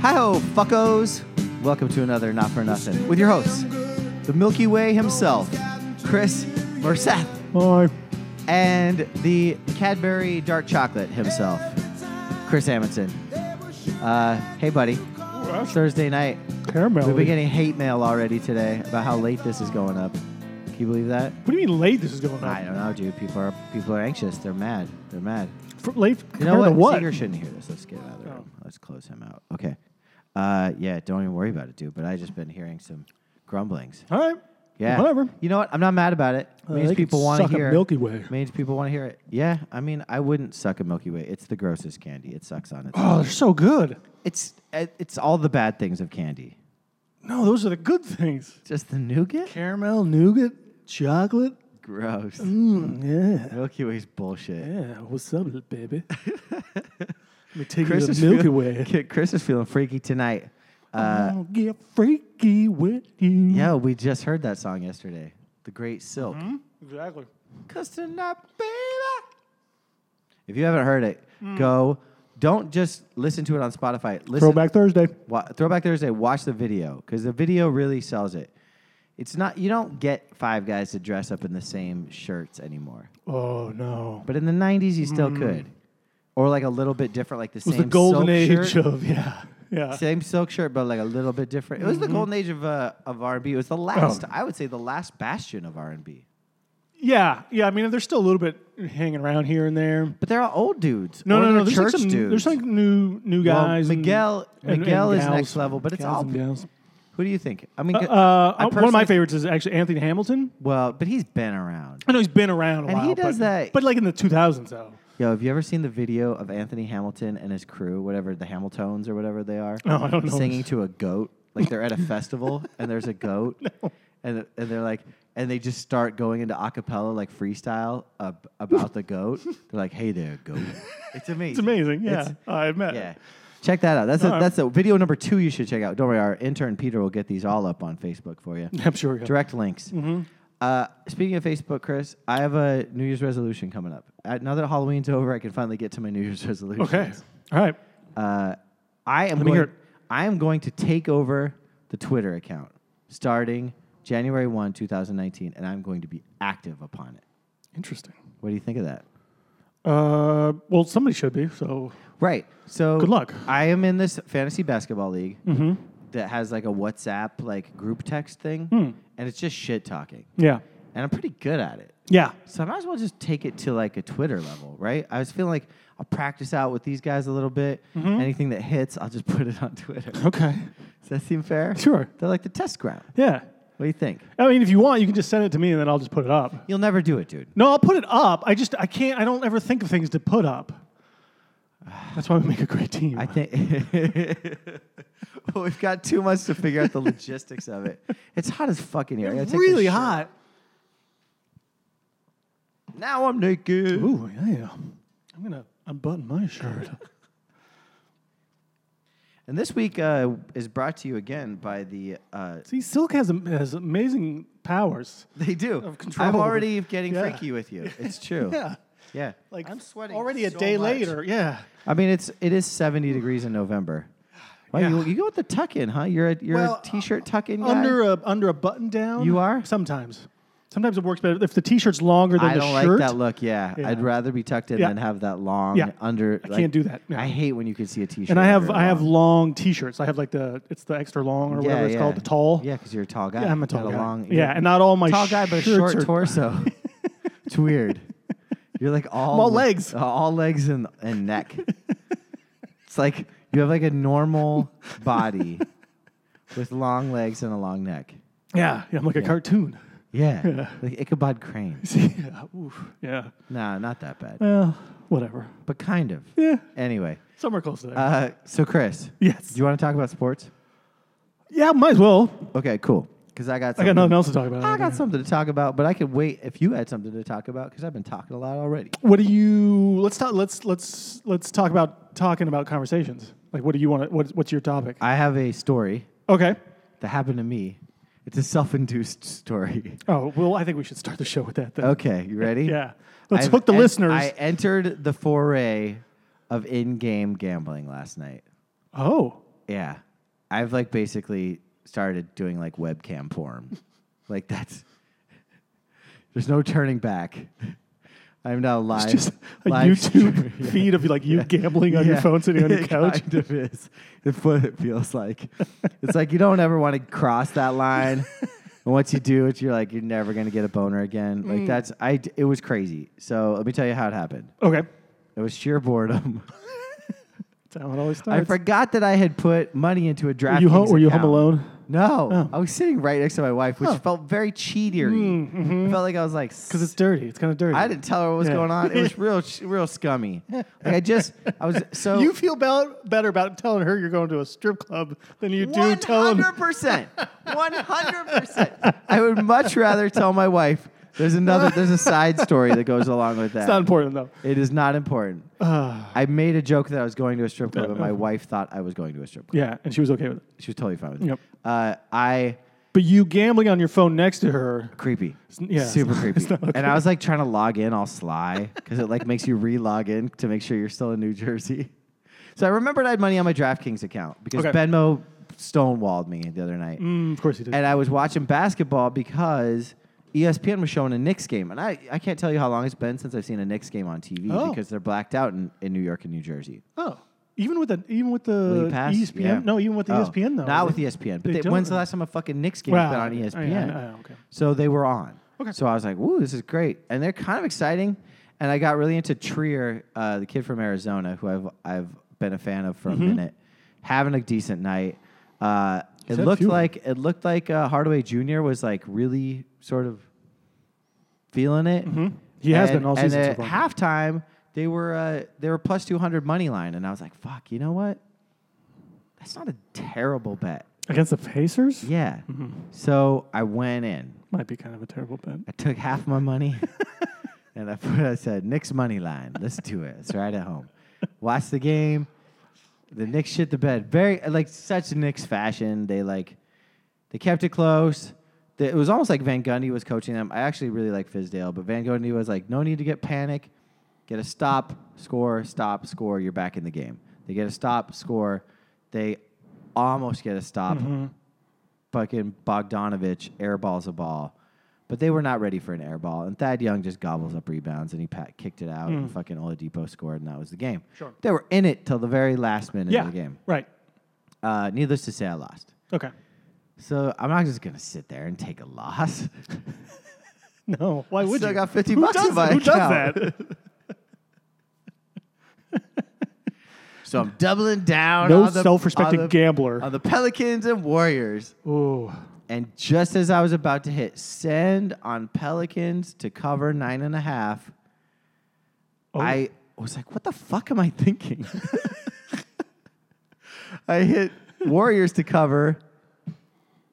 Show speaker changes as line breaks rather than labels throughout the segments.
Hi-ho, fuckos! Welcome to another Not For Nothing with your hosts, the Milky Way himself, Chris Merseth,
Hi.
and the Cadbury Dark Chocolate himself, Chris Amundsen. Uh, hey, buddy. It's Thursday night.
Caramel.
We've been getting hate mail already today about how late this is going up. Can you believe that?
What do you mean late? This is going
I
on.
don't know, dude. People are people are anxious. They're mad. They're mad.
For late.
You know
compared to
what?
what?
Seeger shouldn't hear this. Let's get him out of the
Oh.
room. Let's close him out. Okay. Uh, yeah, don't even worry about it, dude. But I just been hearing some grumblings.
All right.
Yeah.
Whatever.
You know what? I'm not mad about it.
Uh,
Means
they could
people want
suck
to
a
hear.
Milky Way.
Means people want to hear it. Yeah. I mean, I wouldn't suck a Milky Way. It's the grossest candy. It sucks on its.
Oh, they're so good.
It's eh, it's all the bad things of candy.
No, those are the good things.
Just the nougat.
Caramel, nougat, chocolate.
Gross.
Mm, yeah.
Milky Way's bullshit.
Yeah. What's up, little baby? Let me take
Chris
you
is
to Milky
feel-
Way.
Kid- Chris is feeling freaky tonight. Uh,
I'll get freaky with you.
yeah, we just heard that song yesterday. The Great Silk.
Hmm? Exactly.
Cause tonight, baby. If you haven't heard it,
Mm.
go. Don't just listen to it on Spotify. Listen,
Throwback Thursday.
wa- Throwback Thursday. Watch the video because the video really sells it. It's not you don't get five guys to dress up in the same shirts anymore.
Oh no.
But in the '90s, you still could, or like a little bit different, like the
Mm. It was
same
the golden
silk
age
shirt.
of yeah. Yeah.
Same silk shirt, but like a little bit different. It was
Mm-hmm.
the golden age of uh, of R and B. It was the last,
Oh.
I would say, the last bastion of R and B.
Yeah. Yeah. I mean, there's still a little bit hanging around here and there.
But they're all old dudes.
No,
or
no,
they're
no. There's
church
like some,
dudes.
There's like new new
Well,
guys. and-
Miguel-
and- and
Miguel is
gals.
next level, but it's
Gals
all-
and gals.
Who do you think? I mean,
Uh, uh,
I
one of my
personally-
favorites is actually Anthony Hamilton.
Well, but he's been around.
I know he's been around a
And
while,
he does
but,
that-
but like in the 2000s though.
Yo, have you ever seen the video of Anthony Hamilton and his crew, whatever the Hamiltones or whatever they are,
No, I don't know
singing
this.
to a goat? Like they're at a festival and there's a goat, and and they're like, and they just start going into acapella like freestyle ab- about the goat. They're like, "Hey there, goat." It's amazing.
It's amazing. Yeah, I admit.
Yeah. Check that out. That's a,
right.
that's a video number two you should check out. Don't worry, our intern Peter will get these all up on Facebook for you.
I'm sure. Yeah.
Direct links.
Mm-hmm.
Uh, speaking of Facebook, Chris, I have a New Year's resolution coming up. Uh, now that Halloween's over, I can finally get to my New Year's resolution.
Okay. All right.
Uh, I am
me
going.
hear it.
I am going to take over the Twitter account starting January one, two thousand nineteen, and I'm going to be active upon it.
Interesting.
What do you think of that?
Uh, well, somebody should be. So
Right. So
Good luck. Mm-hmm.
I am in this fantasy basketball league that has like a WhatsApp like group text thing,
Hmm.
and it's just shit talking,
yeah,
and I'm pretty good at it.
yeah.
So I might as well just take it to like a Twitter level, right? I was feeling like I'll practice out with these guys a little bit.
Mm-hmm.
Anything that hits, I'll just put it on Twitter. Does
Okay.
that seem fair?
Sure.
They're like the test ground.
Yeah.
What do you think?
I mean, if you want, you can just send it to me, and then I'll just put it up.
You'll never do it, dude.
No, I'll put it up. I just I can't. I don't ever think of things to put up. That's why we make a great team.
I think. well, we've got too much to figure out the logistics of it. It's hot as fucking here. I gotta take this
really
shirt.
hot.
Now I'm naked.
Ooh, yeah. I'm gonna unbutton my shirt.
And this week uh, is brought to you again by the. Uh,
See, silk has am- has amazing powers.
they do.
Of control.
I'm already getting
Yeah.
freaky with you. It's true.
Yeah.
Yeah.
Like
I'm sweating
Already a
so
day
much.
later. Yeah.
I mean, it's it is 70 degrees in November. Wow, you,
Yeah.
you go with the tuck in, huh? You're a you're
Well,
a t-shirt tuck in guy.
Under a under a button down.
You are?
sometimes. Sometimes it works better if the t-shirt's longer than
I
the
don't
shirt.
like that look. Yeah.
Yeah.
I'd rather be tucked in
Yeah.
than have that long
Yeah.
under.
I
like-
can't do that, no.
I hate when you can see a t-shirt.
and I have
under a
I have
long-
long t-shirts. I have like the it's the extra long or whatever it's called, the tall.
Yeah, because you're a tall guy.
Yeah, I'm a
You got
tall guy.
long-
yeah, and not all my
tall guy, but a
shirts
short
are-
torso. it's weird. You're like all
all legs.
uh, all legs and, and neck. it's like you have like a normal body with long legs and a long neck.
Yeah, yeah, I'm like a cartoon.
Yeah, like Ichabod Crane.
yeah, oof, yeah.
nah, not that bad,
Well, whatever.
but kind of.
Yeah,
Anyway,
somewhere close to there.
uh, so Chris,
yes.
do you want to talk about sports?
yeah, might as well.
Okay, cool. Because I got
I
something.
got nothing else to talk about.
I got
either.
something to talk about, but I could wait if you had something to talk about because I've been talking a lot already.
What do you? Let's talk. Let's let's let's talk about talking about conversations. Like, what do you want? to What, what's your topic?
I have a story
Okay.
that happened to me. It's a self-induced story.
Oh well, I think we should start the show with that. Then.
Okay, you ready?
Yeah. Let's
I've
hook the
en-
listeners.
I entered the foray of in-game gambling last night.
oh,
Yeah. I've like basically started doing like webcam porn. like that's there's no turning back. I'm now live.
It's just a
live
YouTube
stream- Yeah.
feed of like you gambling on your
Yeah.
phone sitting on your
It
couch.
Kind of is. It's what it feels like. it's like you don't ever want to cross that line. and once you do it, you're like, you're never going to get a boner again. Like that's, I, d- it was crazy. So let me tell you how it happened.
Okay.
It was sheer boredom.
That's how it always starts.
I forgot that I had put money into a
Were
draft.
you, home, were you home alone?
No,
Oh.
I was sitting right next to my wife, which
Huh.
felt very cheatery. I felt like I was like,
Because it's dirty. It's kind of dirty.
I didn't tell her what was
Yeah.
going on. It was real, sh- real scummy. Like I just, I was so
You feel be- better about telling her you're going to a strip club than you do telling.
100%. 100%. I would much rather tell my wife. There's another, there's a side story that goes along with that.
It's not important though.
It is not important.
Ah,
I made a joke that I was going to a strip club, and my
Uh-huh.
wife thought I was going to a strip club.
yeah, and she was okay with it.
She was totally fine with it.
Yep.
Uh, I
But you gambling on your phone next to her.
creepy.
n- yeah, it's
super
not-
creepy.
it's not
And I was like trying to log in all sly because it like makes you re-log in to make sure you're still in New Jersey. So I remembered I had money on my DraftKings account because
Okay.
Benmo stonewalled me the other night,
Mm, of course he did.
and I was watching basketball because E ESPN was showing a Knicks game, and I, I can't tell you how long it's been since I've seen a Knicks game on TV
Oh.
because they're blacked out in, in New York and New Jersey.
oh, even with the even with
Will you
the E
pass?
ESPN.
Yeah.
No, even with the
Oh,
ESPN though.
Not with
they-
ESPN. But
they
they-
don't-
when's the last time a fucking Knicks game
Wow.
has been on E ESPN?
I- I- I- okay.
So they were on.
Okay.
So I was like, "Ooh, this is great," and they're kind of exciting. And I got really into Trier, uh, the kid from Arizona, who I've I've been a fan of for
Mm-hmm.
a minute, having a decent night. Uh, it
had a
looked
few.
like it looked like uh, Hardaway Jr. was like really sort of feeling it.
Mm-hmm. He has
And-
been all
and
season so
at
far.
halftime, they were uh, they were plus two hundred money line, and I was like, "Fuck, you know what? That's not a terrible bet."
Against the Pacers?
Yeah.
Mm-hmm.
So I went in.
Might be kind of a terrible bet.
I took half my money and I put I said Nick's money line. Let's do it. It's right at home. Watch the game. The Knicks shit the bed. Very like such Knicks fashion. They like they kept it close. They- It was almost like Van Gundy was coaching them. I actually really like Fizdale, but Van Gundy was like, no need to get panic. Get a stop, score, stop, score. You're back in the game. They get a stop, score. They almost get a stop
Mm-hmm.
fucking Bogdanovich airballs a ball, but they were not ready for an airball. And Thad Young just gobbles up rebounds, and he pat- kicked it out, and fucking Oladipo scored, and that was the game.
Mm. Sure.
They were in it till the very last minute
Yeah.
of the game.
Right.
Uh, needless to say, I lost.
Okay.
So I'm not just gonna sit there and take a loss.
No. Why would
Still
you?
got 50
Who
bucks in
does,
my
Who does
account.
that?
so I'm doubling down.
No
on the,
self-respecting
on the-
gambler.
on the Pelicans and Warriors.
Ooh.
And just as I was about to hit send on Pelicans to cover nine and a half,
Oh.
I was like, what the fuck am I thinking? I hit Warriors to cover,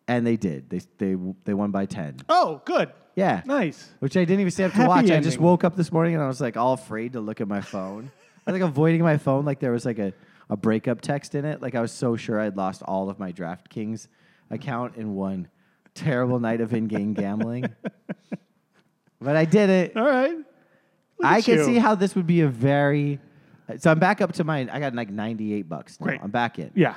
and they did. They, they, they won by 10.
Oh, good.
Yeah.
Nice.
Which I didn't even stay up to
Happy
watch. I just
ending.
woke up this morning and I was like all afraid to look at my phone. I was like avoiding my phone like there was like a, a breakup text in it. Like I was so sure I'd lost all of my DraftKings account in one terrible night of in game gambling. but I did it.
All right. Look
I
at
can
you.
see how this would be a very. So I'm back up to my. I got like 98 bucks. Now.
Great.
I'm back in.
Yeah.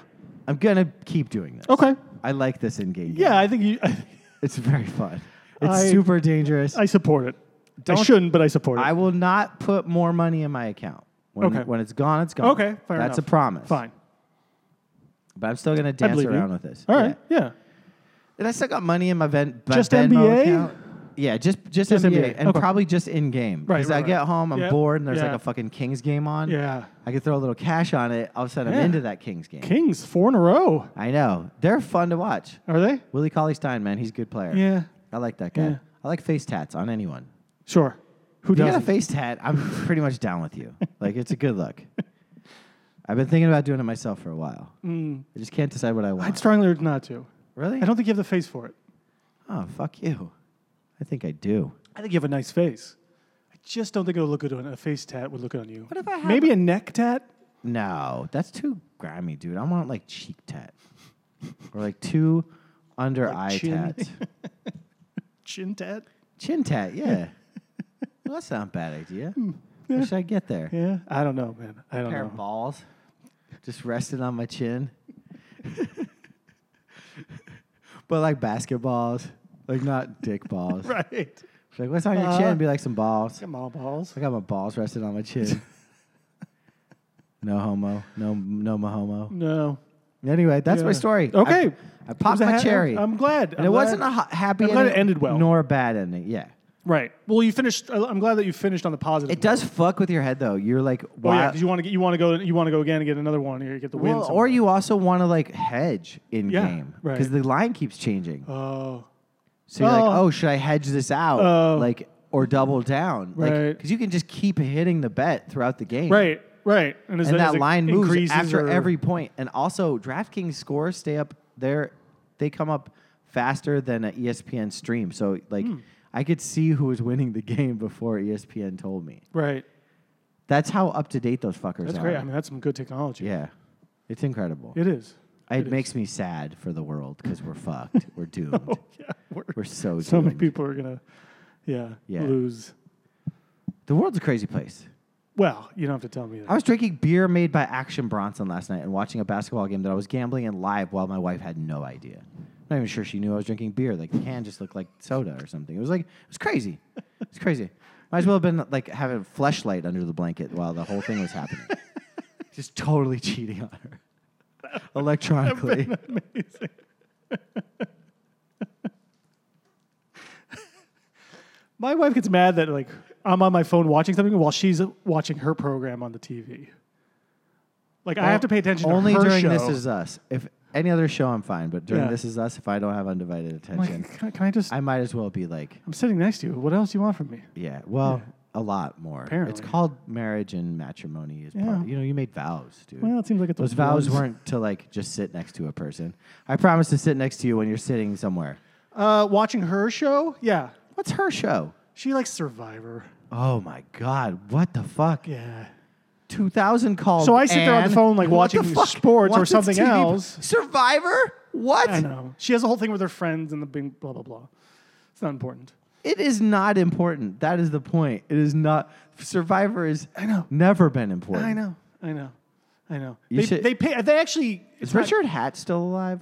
I'm gonna keep doing this.
Okay.
I like this in game.
Yeah, I think you. I,
It's very fun. It's
I-
super dangerous.
I support it. I
Don't-
shouldn't, but I support it.
I will not put more money in my account. When,
Okay.
when it's gone, it's gone.
okay, fair
That's
enough.
a promise.
Fine.
But I'm still going to dance
believe you.
around with this.
All
Yeah.
right. Yeah.
And I still got money in my, Ven- my
Just
Venmo
NBA?
account. Yeah, just, just,
Just
NBA,
NBA,
And
okay.
probably just in game.
Right,
Because
right,
I
right.
get home, I'm
Yep,
bored, and there's
yeah.
like a fucking Kings game on.
Yeah.
I could throw a little cash on it. All of a sudden,
Yeah.
I'm into that Kings game.
Kings four in a row.
I know. They're fun to watch.
Are they?
Willie Cauley Stein, man, he's a good player.
Yeah.
I like that guy.
Yeah.
I like face tats on anyone.
Sure. Who
If you got
does?
a face tat, I'm pretty much down with you. Like, it's a good look. I've been thinking about doing it myself for a while.
Mm.
I just can't decide what I want.
I'd strongly urge not to.
really?
I don't think you have the face for it.
Oh, fuck you. I think I do.
I think you have a nice face. I just don't think it'll look good on a face tat. Would look good on you. What
if I have
maybe a neck tat?
No, that's too grimy, dude. I want like cheek tat or like two under eye
chin?
tats.
Chin tat?
Chin tat, yeah. well, that's not a bad idea.
Hmm,
How should I get there?
Yeah. I don't know, man. I don't
pair
know.
of balls just resting on my chin. but like basketballs, like not dick balls.
right.
It's Like what's on your
Uh,
chin? Be like some balls.
Come on, balls.
I got my balls rested on my chin. no homo. No no homo.
No.
Anyway, that's my
Yeah.
story. I-
Okay.
I, popped
It was a
my
ha-
cherry.
I'm glad.
and it wasn't a ha- happy
I'm glad it ended well.
nor a bad ending. Yeah.
right. Well, you finished. I- I'm glad that you finished on the positive.
It does fuck with your head though. You're like,
Oh yeah,
why?
'cause you want to get you want to go you want to go again and get another one or you get the win.
well,
somewhere.
or you also want to like hedge in
Yeah,
game
right.
because the line keeps changing.
Oh,
So you're like,
Oh.
oh, should I hedge this out,
Oh.
like, or double down, Like 'cause
Right.
Because you can just keep hitting the bet throughout the game,
right, right. And, as,
And
as
that
it
line moves
increases
after
or-
every point. And also, DraftKings scores stay up there; they come up faster than E an ESPN stream. So, like,
Hmm.
I could see who was winning the game before E ESPN told me.
Right.
That's how up to date those fuckers
That's
are.
great. I mean, that's some good technology.
yeah, it's incredible.
It is.
it
is.
makes me sad for the world because we're fucked. We're doomed.
Oh, Yeah. We're,
We're so
so many
doomed.
people are gonna, yeah,
Yeah.
lose.
The world's a crazy place.
Well, you don't have to tell me that.
I was drinking beer made by Action Bronson last night and watching a basketball game that I was gambling in live while my wife had no idea. Not even sure she knew I was drinking beer. Like the can just looked like soda or something. It was like it was crazy. It's crazy. Might as well have been like having a fleshlight under the blanket while the whole thing was happening. just totally cheating on her. Electronically.
Amazing. My wife gets mad that like I'm on my phone watching something while she's watching her program on the TV. Like I have to pay attention.
Only
to her
during
show.
This Is Us. If any other show I'm fine, but during
Yeah.
This Is Us, if I don't have undivided
I'm
attention,
like, can, I- can I just?
I might as well be like
I'm sitting next to you. What else do you want from me?
Yeah. Well, a lot more. It's
Apparently.
called marriage and matrimony. Is
Yeah.
part, you know you made vows, dude.
Well, it seems like it's
Those
a
vows
once-
weren't to like just sit next to a person. I promise to sit next to you when you're sitting somewhere.
Uh, watching her show. Yeah,
What's her show?
she likes Survivor.
Oh my God! What the fuck?
Yeah.
Two thousand called.
So I sit there on the
Anne?
phone, like,
What the
watching
fuck?
sports or
What's
something
TV?
else.
Survivor? What?
I know. She has a whole thing with her friends and the bing blah blah blah. It's not important.
It is not important. That is the point. It is not. Survivor is.
I know.
Never been important.
I know. I know. I know.
You
They,
should-
they pay. They actually.
Is
it's not-
Richard Hatt still alive?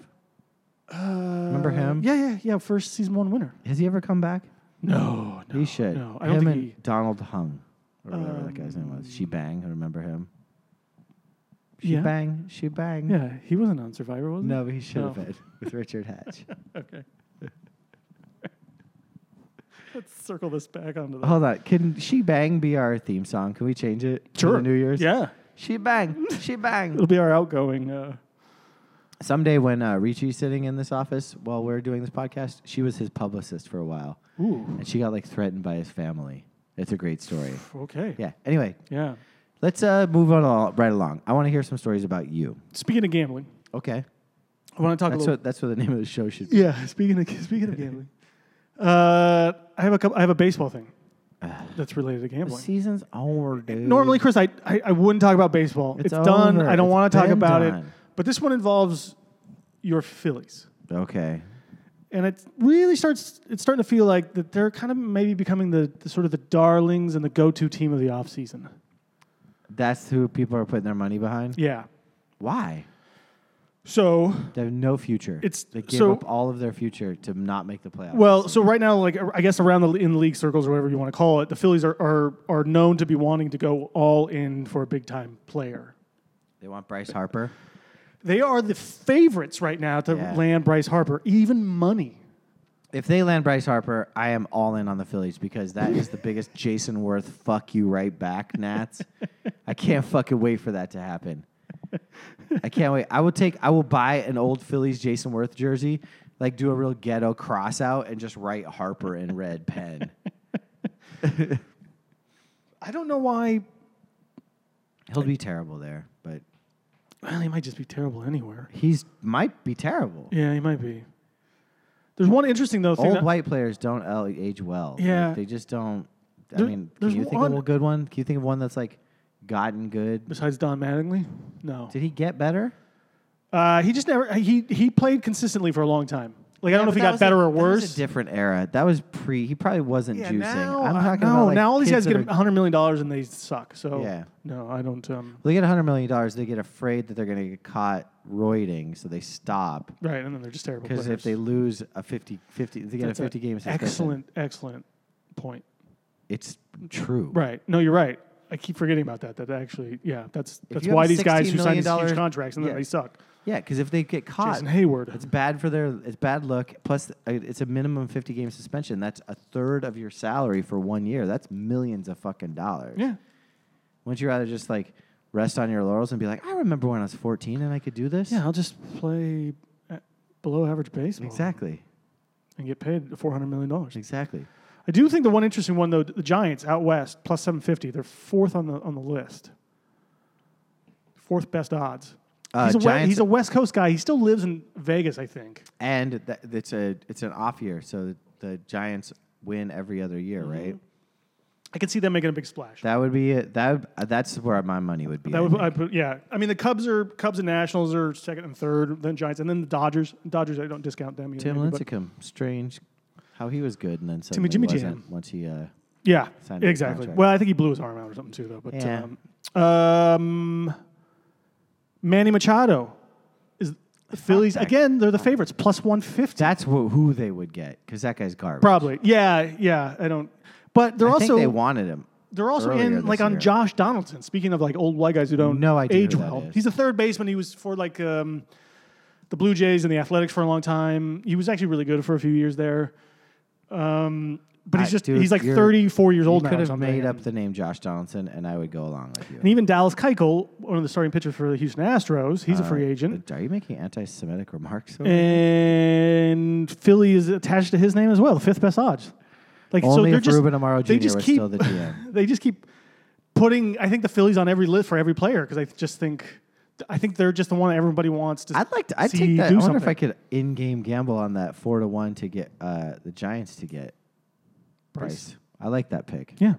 Remember him?
Yeah, yeah, yeah. First season one winner.
Has he ever come back?
No, no.
He should.
No, I don't
him
think
and
he- Um,
Donald Hung, or whatever that guy's name was. She Bang, I remember him. She
Yeah.
Bang, She Bang.
Yeah, he wasn't on Survivor, was he?
No, but he should
No.
have been with Richard Hatch.
Okay. Let's circle this back onto the
Hold on, can She Bang be our theme song? Can we change it for the New Year's?
Yeah,
She Bang, She Bang.
it'll be our outgoing. Uh,
Someday when uh, Richie's sitting in this office while we're doing this podcast, she was his publicist for a while,
ooh.
and she got like threatened by his family. It's a great story.
Okay.
Yeah. Anyway,
Yeah.
let's uh, move on al- right along. I want to hear some stories about you.
Speaking of gambling,
Okay.
I want to talk a
That's
little.
what that's what the name of the show should be.
Yeah, speaking of speaking of gambling, uh, I have a couple, I have a baseball thing that's related to
The
gambling.
Uh, season's over, dude.
Normally, Chris, I, I, I wouldn't talk about baseball.
It's
It's, done.
over.
I don't
It's
want to talk
been
about it.
done.
But this one involves your Phillies,
Okay.
and it really starts. It's starting to feel like that they're kind of maybe becoming the, the sort of the darlings and the go-to team of the offseason.
That's who people are putting their money behind.
Yeah.
Why?
So
They have no future.
It's-
they give
so-
up all of their future to not make the playoffs.
well, so right now, like I guess around the in league circles or whatever you want to call it, the Phillies are are, are known to be wanting to go all in for a big time player.
they want Bryce Harper.
They are the favorites right now to
Yeah.
land Bryce Harper, even money.
If they land Bryce Harper, I am all in on the Phillies because that is the biggest Jason Worth fuck you right back, Nats. I can't fucking wait for that to happen. I can't wait. I will take I will buy an old Phillies Jason Worth jersey, like do a real ghetto cross out and just write Harper in red pen.
I don't know why
He'll be terrible there, but
Well, he might just be terrible anywhere.
he's might be terrible.
Yeah, he might be. There's one interesting though thing.
Old
that-
white players don't el- age well. Like,
Yeah.
they just don't. I
There-
mean, can
there's
you think
one-
of a good one? Can you think of one that's like gotten good?
besides Don Mattingly, no.
Did he get better?
Uh, he just never he he played consistently for a long time. Like I don't know if he got better or
That was
worse.
a different era. That was pre. He probably wasn't juicing.
now,
I'm
I-
talking
no,
about like
now all these
kids
guys
that
get
are-
a hundred million dollars and they suck. So
Yeah.
no, I don't. Um,
They get $100 million. They get afraid that they're going to get caught roiding, so they stop.
right, and then they're just terrible.
Because if
players.
they lose a 50, 50 they get
Oh, That's
a 50 game suspension.
excellent, excellent point.
It's true.
Right? No, you're right. I keep forgetting about that. That actually, yeah, that's
If
that's
you have
why
a
these guys
$16
who sign these huge
million
contracts and then
yeah.
they suck.
Yeah, because if they get caught,
Jason Hayward.
it's bad for their. It's bad luck. Plus, uh, it's a minimum 50 game suspension. That's a third of your salary for one year. That's millions of fucking dollars.
yeah,
Wouldn't you rather just like rest on your laurels and be like, I remember when I was 14 and I could do this?
yeah. I'll just play at below average baseball
Exactly.
and get paid four hundred million dollars.
Exactly.
I do think the one interesting one though, the Giants out west plus seven fifty. They're fourth on the on the list. Fourth best odds.
Uh,
he's, a West,
Giants-
he's a West Coast guy. He still lives in Vegas, I think.
And that, it's a it's an off year, so the, the Giants win every other year,
Mm-hmm.
right?
I could see them making a big splash.
That would be it. That would- uh, that's where my money would be.
That
I
would,
think.
I put, yeah. I mean, the Cubs are Cubs and Nationals are second and third, then Giants, and then the Dodgers. Dodgers, I don't discount them. Either,
Tim
maybe, but-
Lincecum, strange, how he was good and then
Timmy
suddenly
Jimmy
wasn't once he. Uh,
yeah,
signed a
exactly.
contract.
Well, I think he blew his arm out or something too, though. But
Yeah.
um, um, Manny Machado is the Phillies again. They're the favorites, plus one fifty,
that's wh- who they would get because that guy's garbage.
probably. Yeah, yeah. I don't. But they're
I
also
think they wanted him.
They're also
earlier
in
this
like on
year.
Josh Donaldson. Speaking of like old white guys who don't
No idea who
age
that
well,
is.
he's a third baseman. He was for like um, the Blue Jays and the Athletics for a long time. He was actually really good for a few years there. Um, but
I-
he's just
dude,
he's like
you're-
34 years
You
old now.
could
or
have
something.
made up the name Josh Donaldson, and I would go along with you.
and even Dallas Keuchel, one of the starting pitchers for the Houston Astros, he's
Uh,
a free agent. Eh,
Are you making anti-Semitic remarks? Over
And Philly is attached to his name as well, the fifth best odds. Like so,
Only
they're
if
just
Ruben Amaro
they
Jr.
just
was
keep
still the GM.
they just keep putting. I think the Phillies on every list for every player because I just think I think they're just the one everybody wants to.
I'd like to. I'd
see
take that. I
do
wonder if
something.
I could in-game gamble on that four to one to get uh, the Giants to get Bryce. I like that pick.
Yeah,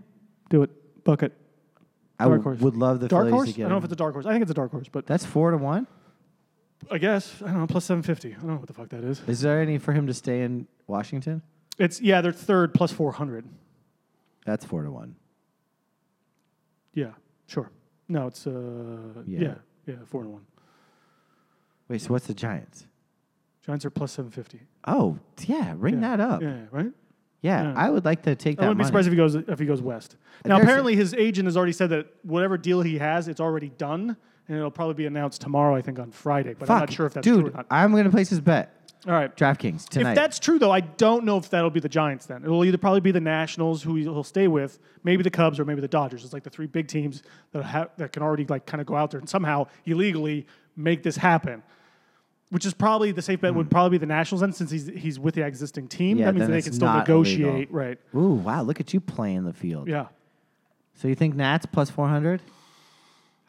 do it. Bucket.
I
Dark
w-
horse.
would love the
Dark
Phillies
horse.
to
I
get.
don't know
him.
if it's a dark horse. I think it's a dark horse, but
That's four to one.
I guess I don't know. Plus seven fifty. I don't know what the fuck that is.
Is there any for him to stay in Washington?
It's yeah, they're third plus four hundred.
That's four to one.
Yeah, sure. No, it's uh yeah
Yeah.
yeah, four and one.
Wait, so what's the Giants?
Giants are plus seven fifty.
Oh, yeah, ring that up. Yeah.
Yeah, right. yeah.
I would like to take that.
I wouldn't be
money.
surprised if he goes if he goes west.
And
Now,
there's a-
apparently, his agent has already said that whatever deal he has, it's already done, and it'll probably be announced tomorrow. I think on Friday, but I'm
Fuck,
not sure if that's
dude.
true or not.
I'm gonna place his bet.
All right.
DraftKings tonight.
If that's true, though, I don't know if that'll be the Giants. Then it'll either probably be the Nationals, who he'll stay with, maybe the Cubs, or maybe the Dodgers. It's like the three big teams that ha- that can already like kind of go out there and somehow illegally make this happen. Which is probably the safe bet would probably be the Nationals, then since he's he's with the existing team,
Hmm. Yeah,
that means
then
they
it's
can still
not illegal.
negotiate, right?
Ooh, wow! Look at you playing the field.
Yeah.
So you think Nats plus four hundred?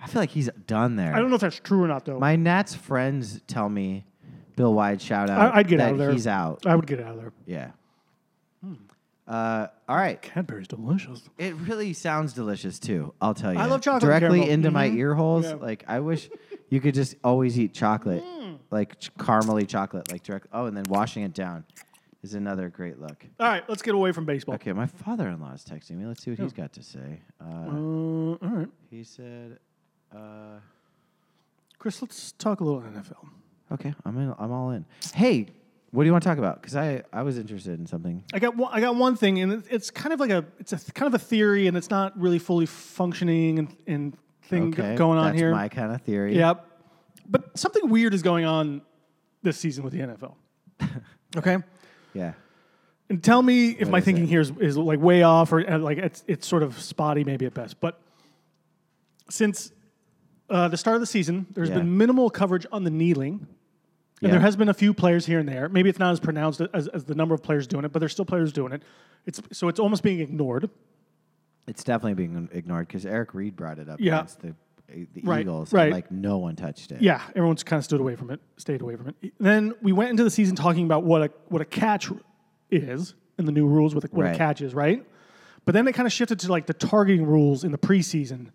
I feel like he's done there.
I don't know if that's true or not, though.
My Nats friends tell me, Bill Wide, shout out.
I, I'd get
that
out of there. Hmm.
He's out.
I would get out of there.
Yeah. Uh, all right.
Cadbury's delicious.
It really sounds delicious too. I'll tell you.
I love chocolate and
Directly
caramel.
into my
Mhm.
ear holes.
Yeah. Hmm.
Like I wish you could just always eat chocolate, like ch- caramely chocolate, like direct. Oh, and then washing it down is another great look.
All right, let's get away from baseball.
Okay, my father-in-law is texting me. Let's see
Oh.
what he's got to say. Uh,
Uh, all right,
he said, uh,
Chris, let's talk a little NFL.
"Okay, I'm in. I'm all in." Hey, what do you want to talk about? Because I I was interested in something.
I got one, I got one thing, and it- it's kind of like a it's a th- kind of a theory, and it's not really fully functioning and, and thing
Okay,
going on
that's
here.
my kind of theory.
Yep. But something weird is going on this season with the NFL. okay.
Yeah.
And tell me if my
is
thinking
it?
here is, is like way off or uh, like it's, it's sort of spotty maybe at best. But since uh, the start of the season, there's
Yeah.
been minimal coverage on the kneeling. And
Yeah.
there has been a few players here and there. Maybe it's not as pronounced as, as the number of players doing it, but there's still players doing it. It's, so it's almost being ignored.
It's definitely being ignored because Eric Reed brought it up
Yeah.
against the, eh, the
Right,
Eagles.
right.
And, like, no one touched it.
Yeah, everyone's kind of stood away from it, stayed away from it. Then we went into the season talking about what a what a catch is and the new rules with what a
Right.
catch is, right? But then it kind of shifted to like the targeting rules in the preseason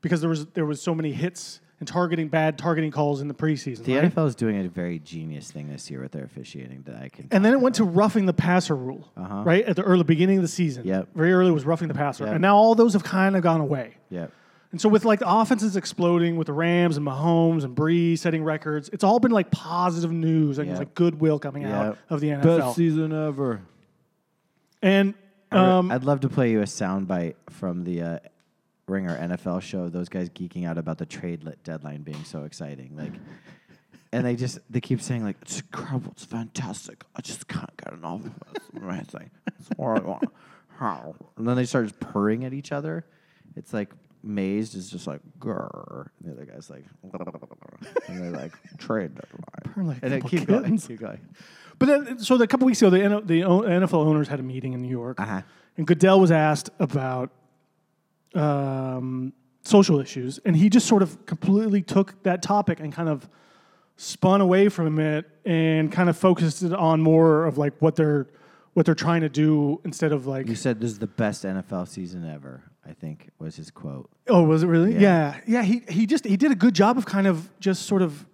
because there was there was so many hits and targeting bad targeting calls in the preseason.
The
right?
NFL is doing a very genius thing this year with their officiating that I can.
And then it went to roughing the passer rule, right? At the early beginning of the season.
Uh-huh. Yep.
Very early was roughing the passer.
Yep.
And now all those have kind of gone away.
Yep.
And so with like the offenses exploding with the Rams and Mahomes and Breeze setting records, it's all been like positive news and
Yep.
like goodwill coming out
Yep.
of the NFL.
season ever.
and um,
I'd love to play you a soundbite from the uh, Ringer NFL show. of Those guys geeking out about the trade lit deadline being so exciting, like, and they just they keep saying like it's incredible, it's fantastic. I just can't get enough of this. Right? It's like, it's horrible. How? And then they start just purring at each other. It's like Mazed is just like grr, and the other guy's like, and they're like trade deadline,
like a
and it
couple
keep going,
kittens.
keep going.
but then so the, a couple weeks ago, the, N- the O- NFL owners had a meeting in New York,
Uh-huh.
and Goodell was asked about um, social issues, and he just sort of completely took that topic and kind of spun away from it and kind of focused it on more of like what they're what they're trying to do instead of like
You said this is the best NFL season ever. I think was his quote.
Oh, was it really? Yeah. yeah. he he just he did a good job of kind of just sort of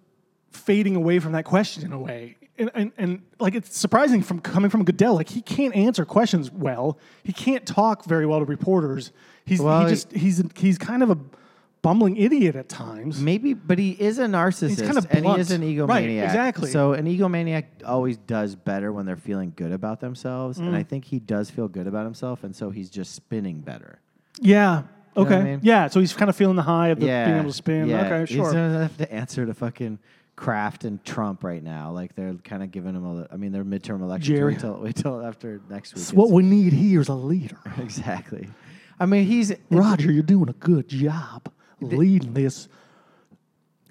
fading away from that question in a way. And and, and like it's surprising from coming from Goodell, like he can't answer questions well. He can't talk very well to reporters. He's
Well,
he
he-
just he's he's kind of a bumbling idiot at times.
Maybe, but he is a narcissist.
kinda
and he
blunt.
is an egomaniac.
Right, exactly.
So an egomaniac always does better when they're feeling good about themselves, and I
Mm.
think he does feel good about himself, and so he's just spinning better.
Yeah.
know
Okay.
what I mean?
Yeah. So he's kind of feeling the high of the,
yeah,
being able to spin.
Yeah.
Okay. Sure.
He doesn't have to answer to fucking Kraft and Trump right now. Like they're kind of giving him a. li- I mean, their midterm elections.
Jerry.
Wait till wait till after next week.
It's what we need here is a leader.
exactly. I mean, he's
Roger, you're doing a good job leading this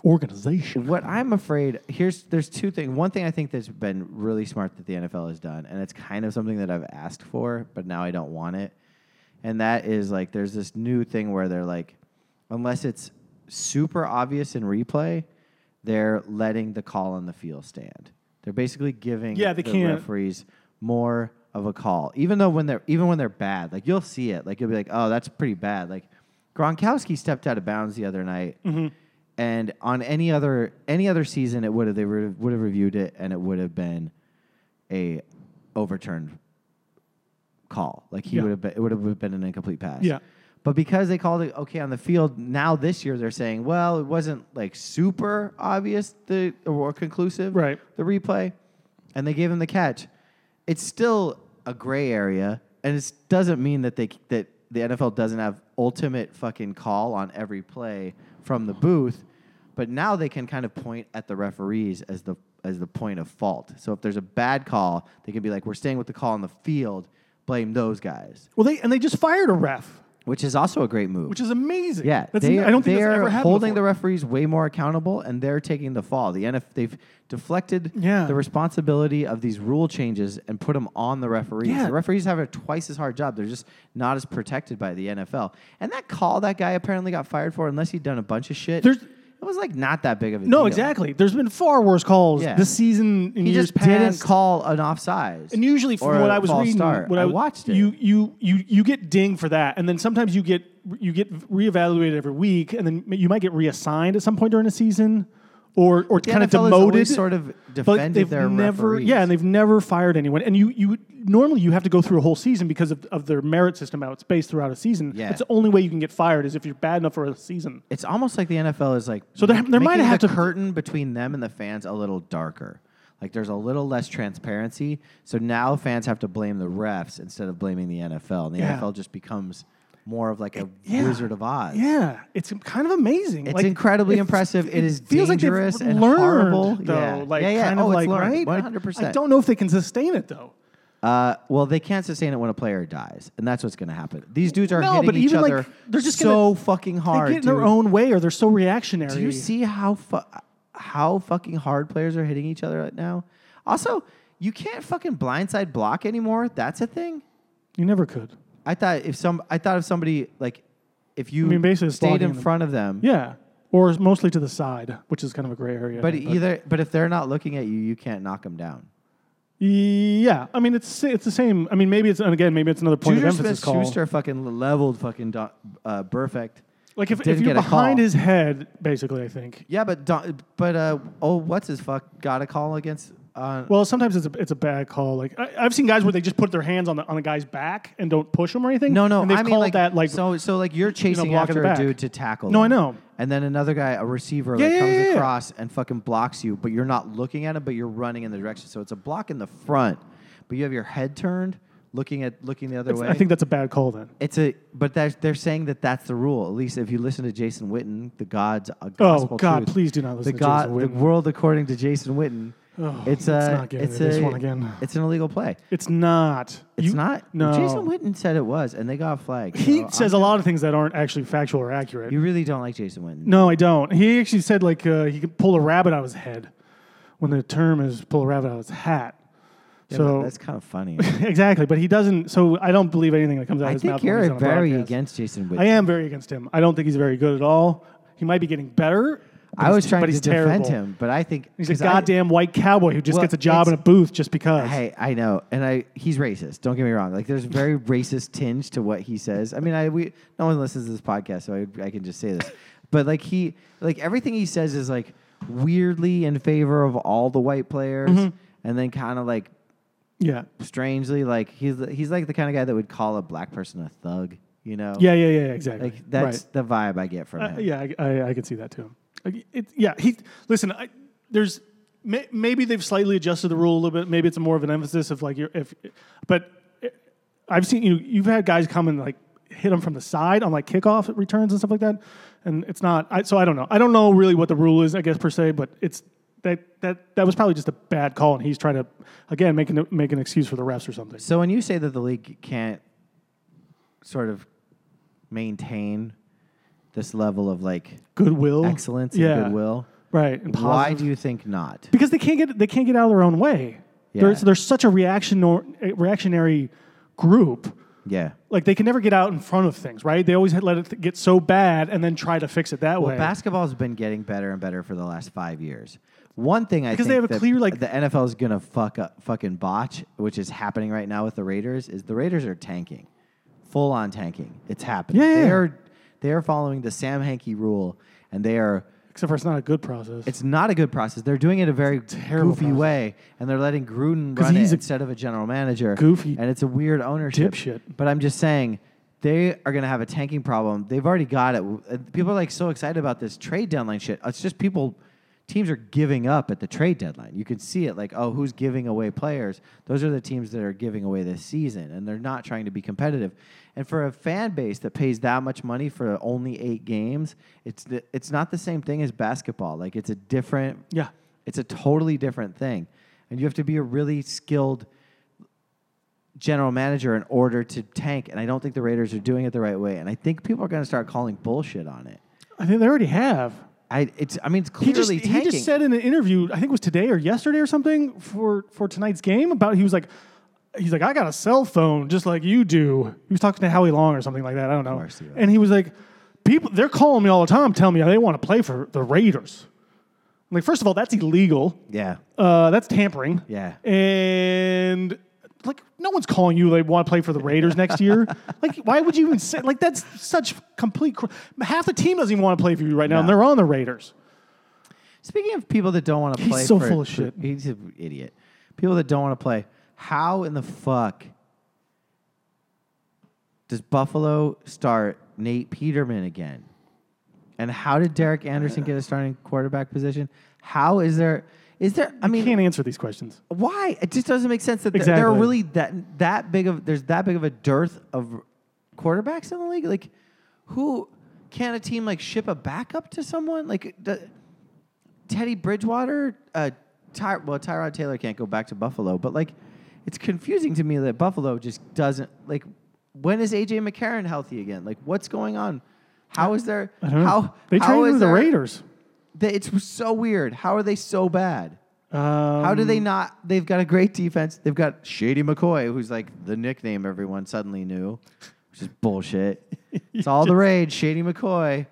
organization.
What I'm afraid here's there's two things. One thing I think that's been really smart that the NFL has done, and it's kind of something that I've asked for, but now I don't want it. And that is like there's this new thing where they're like, unless it's super obvious in replay, they're letting the call on the field stand. They're basically giving
Yeah, they
the
can't-
referees more of a call, even though when they're even when they're bad, like you'll see it, like you'll be like, oh, that's pretty bad. Like Gronkowski stepped out of bounds the other night,
Mm-hmm.
and on any other any other season, it would have they would have reviewed it, and it would have been a overturned call. Like he
Yeah.
would have been, it would have been an incomplete pass.
Yeah.
But because they called it okay on the field, now this year they're saying, well, it wasn't like super obvious the or conclusive
Right.
the replay, and they gave him the catch. It's still a gray area, and it doesn't mean that they that the NFL doesn't have ultimate fucking call on every play from the booth, but now they can kind of point at the referees as the as the point of fault. So if there's a bad call, they can be like, "We're staying with the call on the field. Blame those guys,"
Well, they and they just fired a ref,
which is also a great move.
which is amazing.
Yeah,
that's,
they,
I don't think
they
that's
are
ever happened.
holding the
before.
referees way more accountable, and they're taking the fall. The NF they've deflected
Yeah.
the responsibility of these rule changes and put them on the referees.
Yeah.
The referees have a twice as hard job. They're just not as protected by the NFL. And that call that guy apparently got fired for, unless he'd done a bunch of shit,
There's-
it was like not that big of a deal.
No, exactly. There's been far worse calls
Yeah.
this season in
He
years
just
past.
didn't call an offsides.
and usually,
or
from what
a
I was
false
reading,
start.
what
I
was-
watched it.
you you you you get dinged for that, and then sometimes you get you get reevaluated every week, and then you might get reassigned at some point during the season, or or
the
kind of
NFL has
demoted.
always sort of
but
defended
they've
their
never
referees.
yeah and they've never fired anyone and you you normally you have to go through a whole season because of, of their merit system how it's based throughout a season
Yeah.
that's the only way you can get fired is if you're bad enough for a season
it's almost like the NFL is like
So there- there might
making
have
the
to-
curtain between them and the fans a little darker. Like there's a little less transparency, so now fans have to blame the refs instead of blaming the NFL, and the
Yeah.
NFL just becomes more of like a
yeah.
Wizard of Oz.
yeah it's kind of amazing
It's incredibly impressive. It is dangerous and horrible.
though
Yeah.
like
Yeah, yeah.
kind
Oh,
of
it's
like
learned.
right I-
100%.
I don't know if they can sustain it though
Uh, well, they can't sustain it when a player dies, and that's what's going to happen. These dudes are
No,
hitting
but
each
even, like,
other
they're just
so
gonna-
fucking
they
hard.
get in their
dude.
own way or they're so reactionary
Do you see how fu- how fucking hard players are hitting each other right now? Also, you can't fucking blindside block anymore. That's a thing.
you never could
I thought if some, I thought if somebody like, if you
I mean, basically it's
stayed
blocking
in
them.
front of them,
yeah or mostly to the side which is kind of a gray area
But either, but if they're not looking at you, you can't knock them down.
Yeah, I mean it's it's the same. I mean maybe it's and again maybe it's another point
Juju
of emphasis call.
Smith-Schuster fucking leveled fucking Do- uh, perfect.
Like if, if
Didn't
you're
get a
behind
call.
his head, basically, I think.
Yeah, but Don, but uh, oh, what's his fuck got a call against? Uh,
Well, sometimes it's a it's a bad call. Like I, I've seen guys where they just put their hands on the on the guy's back and don't push him or anything.
no, no,
and they've
I mean
called
like,
that like
so so like you're chasing
block in
after
the
a
back.
dude to tackle.
No, I
him.
know.
And then another guy, a receiver,
Yeah,
like,
yeah,
comes
yeah, yeah.
across and fucking blocks you, but you're not looking at him, but you're running in the direction. So it's a block in the front, but you have your head turned, looking at looking the other way.
I think that's a bad call then.
It's a, but that's, they're saying that that's the rule. At least if you listen to Jason Witten, the God's uh, gospel
Oh, God,
truth,
please do not listen
the
to Jason Witten.
The world according to Jason Witten.
Oh,
it's
let's
a,
not get
it's
into this
a-
one again.
It's an illegal play.
It's not.
It's
You-
not.
No.
Jason Witten said it was, and they got flagged.
He
so
says
I'm-
a lot of things that aren't actually factual or accurate.
You really don't like Jason Witten.
no, I don't. He actually said like uh, he could pull a rabbit out of his head, when the term is pull a rabbit out of his hat.
Yeah, but
so
that's kind of funny.
exactly, but he doesn't. So I don't believe anything that comes out of
I
his
think
mouth. when he's
you're
on a
very
broadcast.
against Jason Witten.
I am very against him. I don't think he's very good at all. He might be getting better. but
I
he's-
was trying
but
to
he's
defend
terrible.
him, but I think
He's a
'cause I-
goddamn white cowboy who just
Well,
gets a job in a
it's-
booth just because.
Hey, I know, and I he's racist. Don't get me wrong. Like, there's a very racist tinge to what he says. I mean, I we no one listens to this podcast, so I I can just say this. But like he, like everything he says is like weirdly in favor of all the white players,
Mm-hmm.
and then kind of like
yeah.
strangely like he's he's like the kind of guy that would call a black person a thug. You know?
Yeah, yeah, yeah, exactly.
Like that's the vibe I get from
right.
him.
Uh, yeah, I, I, I can see that too. Like, it, yeah, he listen. I, there's may, maybe they've slightly adjusted the rule a little bit. Maybe it's more of an emphasis of like you're if, but eh, I've seen you. You've had guys come and like hit them from the side on like kickoff returns and stuff like that, and it's not. I, so I don't know. I don't know really what the rule is. I guess per se, but it's that that that was probably just a bad call, and he's trying to again make an make an excuse for the refs or something.
So when you say that the league can't sort of maintain this level of like
Goodwill,
excellence
yeah,
and goodwill,
right? And
why
positive-
do you think not?
because they can't get they can't get out of their own way.
Yeah.
There's there's such a reaction or, a reactionary group.
Yeah.
Like they can never get out in front of things, right? They always had let it th- get so bad and then try to fix it that way.
Basketball's been getting better and better for the last five years. One thing I
Because
think
they have a
that
clear, like-
the NFL is gonna fuck up, fucking botch, which is happening right now with the Raiders, is the Raiders are tanking, full on tanking. It's happening.
Yeah, yeah,
They
yeah.
are they are following the Sam Hankey rule, and they are
Except for it's not a good process.
It's not a good process. They're doing it a very
terrible
goofy
process.
way, and they're letting Gruden run
he's
it
a
instead of a general manager.
goofy
and it's a weird ownership.
dipshit.
But I'm just saying, they are going to have a tanking problem. They've already got it. Uh, People are like so excited about this trade deadline shit. It's just people, teams are giving up at the trade deadline. You can see it. Like, oh, who's giving away players? Those are the teams that are giving away this season, and they're not trying to be competitive. And for a fan base that pays that much money for only eight games, it's the, it's not the same thing as basketball. Like, it's a different
yeah.
it's a totally different thing. And you have to be a really skilled general manager in order to tank. And I don't think the Raiders are doing it the right way. And I think people are going to start calling bullshit on it.
I think they already have.
I, it's, I mean, it's
He
clearly
just,
tanking.
he just said in an interview, I think it was today or yesterday or something for, for tonight's game about he was like he's like, I got a cell phone just like you do. He was talking to Howie Long or something like that. I don't know.
course he was.
and he was like, people they're calling me all the time telling me they want to play for the Raiders. I'm like, first of all, that's illegal.
yeah.
Uh, that's tampering.
Yeah.
And like, no one's calling you. They want to play for the Raiders next year. Like, why would you even say? Like, that's such complete. Cr- Half the team doesn't even want to play for you right now, and
No.
they're on the Raiders.
Speaking of people that don't want to
He's
play,
so
for-
full of
for-
shit.
He's an idiot. People that don't want to play. How in the fuck does Buffalo start Nate Peterman again? And how did Derek Anderson get a starting quarterback position? How is there? Is there? I
You
mean,
can't answer these questions.
why? It just doesn't make sense that th- there are
Exactly.
really that that big of there's that big of a dearth of quarterbacks in the league. Like, who can a team like ship a backup to someone? Like, d Teddy Bridgewater, uh, Ty- well Tyrod Taylor can't go back to Buffalo, but like, it's confusing to me that Buffalo just doesn't like. When is AJ McCarron healthy again? Like, what's going on? How is there?
I don't know.
How
they
how
trained
is
with the
there-
Raiders.
that- It's so weird. How are they so bad?
Um,
How do they not? They've got a great defense. They've got Shady McCoy, who's like the nickname everyone suddenly knew, which is bullshit. It's all the rage, Shady McCoy.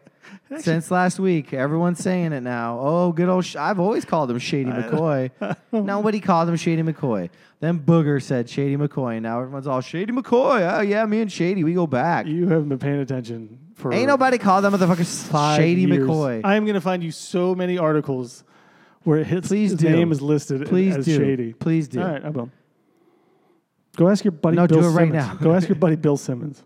Since last week, everyone's saying it now. Oh, good old! Sh- I've always called him Shady McCoy. Nobody called him Shady McCoy. Then Booger said Shady McCoy. Now everyone's all Shady McCoy. Oh yeah, me and Shady, we go back.
You haven't been paying attention for
Ain't nobody called that motherfucker
five
Shady
years.
McCoy.
I am going to find you so many articles where his,
Please
his
do.
name is listed
Please
as
do.
Shady.
Please do.
All right, I will. Go ask your buddy
No,
Bill
do it right
Simmons.
now.
Go ask your buddy Bill Simmons.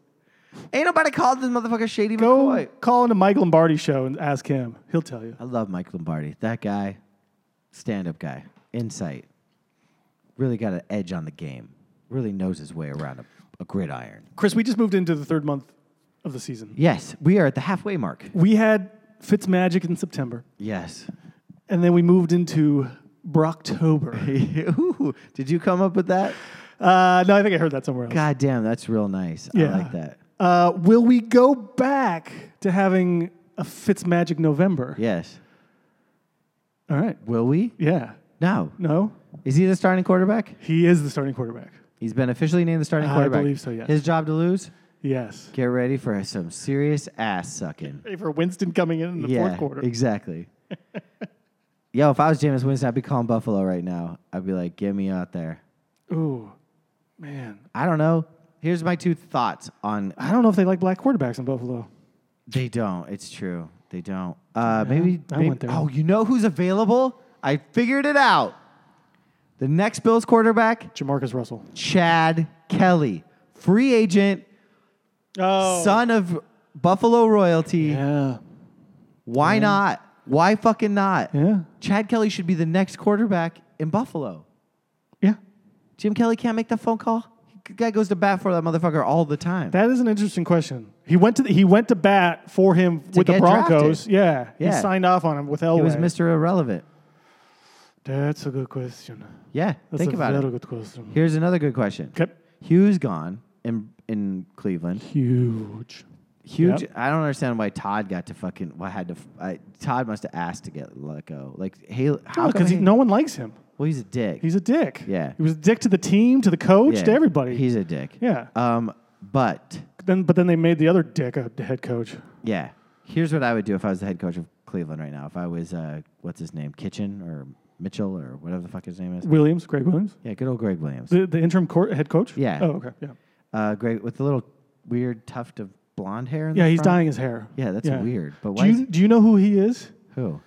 Ain't nobody called this motherfucker Shady
Go
McCoy.
call into Mike Lombardi show and ask him. He'll tell you.
I love Mike Lombardi. That guy, stand up guy, insight. Really got an edge on the game. Really knows his way around a, a gridiron.
Chris, we just moved into the third month of the season.
Yes, we are at the halfway mark.
We had Fitzmagic in September,
Yes.
and then we moved into Brocktober.
Ooh, Did you come up with that?
Uh, no, I think I heard that somewhere else.
God damn, that's real nice.
Yeah.
I like that.
Uh, will we go back to having a Fitzmagic November?
Yes.
All right.
Will we?
Yeah.
No.
No,
Is he the starting quarterback?
he is the starting quarterback.
He's been officially named the starting
I
quarterback.
believe so, yes.
His job to lose?
Yes.
Get ready for some serious ass sucking.
Ready for Winston coming in in the fourth quarter.
Exactly. Yo, if I was Jameis Winston, I'd be calling Buffalo right now. I'd be like, get me out there.
Ooh, man.
I don't know. Here's my two thoughts on
I don't know if they like black quarterbacks in Buffalo.
they don't. It's true. They don't. Uh, maybe,
I
maybe-
went there.
Oh, you know who's available? I figured it out. The next Bills quarterback,
Jamarcus Russell.
Chad Kelly, free agent,
Oh.
son of Buffalo royalty.
Yeah.
Why not? Why fucking not?
Yeah.
Chad Kelly should be the next quarterback in Buffalo.
Yeah.
Jim Kelly can't make that phone call. The guy goes to bat for that motherfucker all the time.
That is an interesting question. He went to the, he went to bat for him with the
get
Broncos.
drafted.
Yeah.
Yeah.
He signed off on him with
he
Elway.
was Mr. Irrelevant.
That's a good question.
Yeah,
That's
think
a
about
very
it.
good question.
Here's another good question.
Okay.
Hugh's gone in in Cleveland.
Huge.
Huge.
Yep.
I don't understand why Todd got to fucking. Why had to? f- I, Todd must have asked to get let go. Like Haley. How come
Because
Haley-
no one likes him.
Well, he's a dick.
He's a dick.
Yeah.
He was a dick to the team, to the coach,
Yeah,
to everybody.
He's a dick.
yeah.
Um, but
Then, but then they made the other dick a head coach.
yeah. Here's what I would do if I was the head coach of Cleveland right now. If I was uh, what's his name, Kitchen or Mitchell or whatever the fuck his name is.
Williams, Greg Williams,
Yeah, good old Greg Williams.
the, the interim court, head coach.
Yeah.
Oh, okay. Yeah.
Uh, Greg with the little weird tuft of blonde hair. In
Yeah,
the
he's
front.
dyeing his hair.
Yeah, that's weird, but why
do
is
you
it-
do you know who he is?
Who?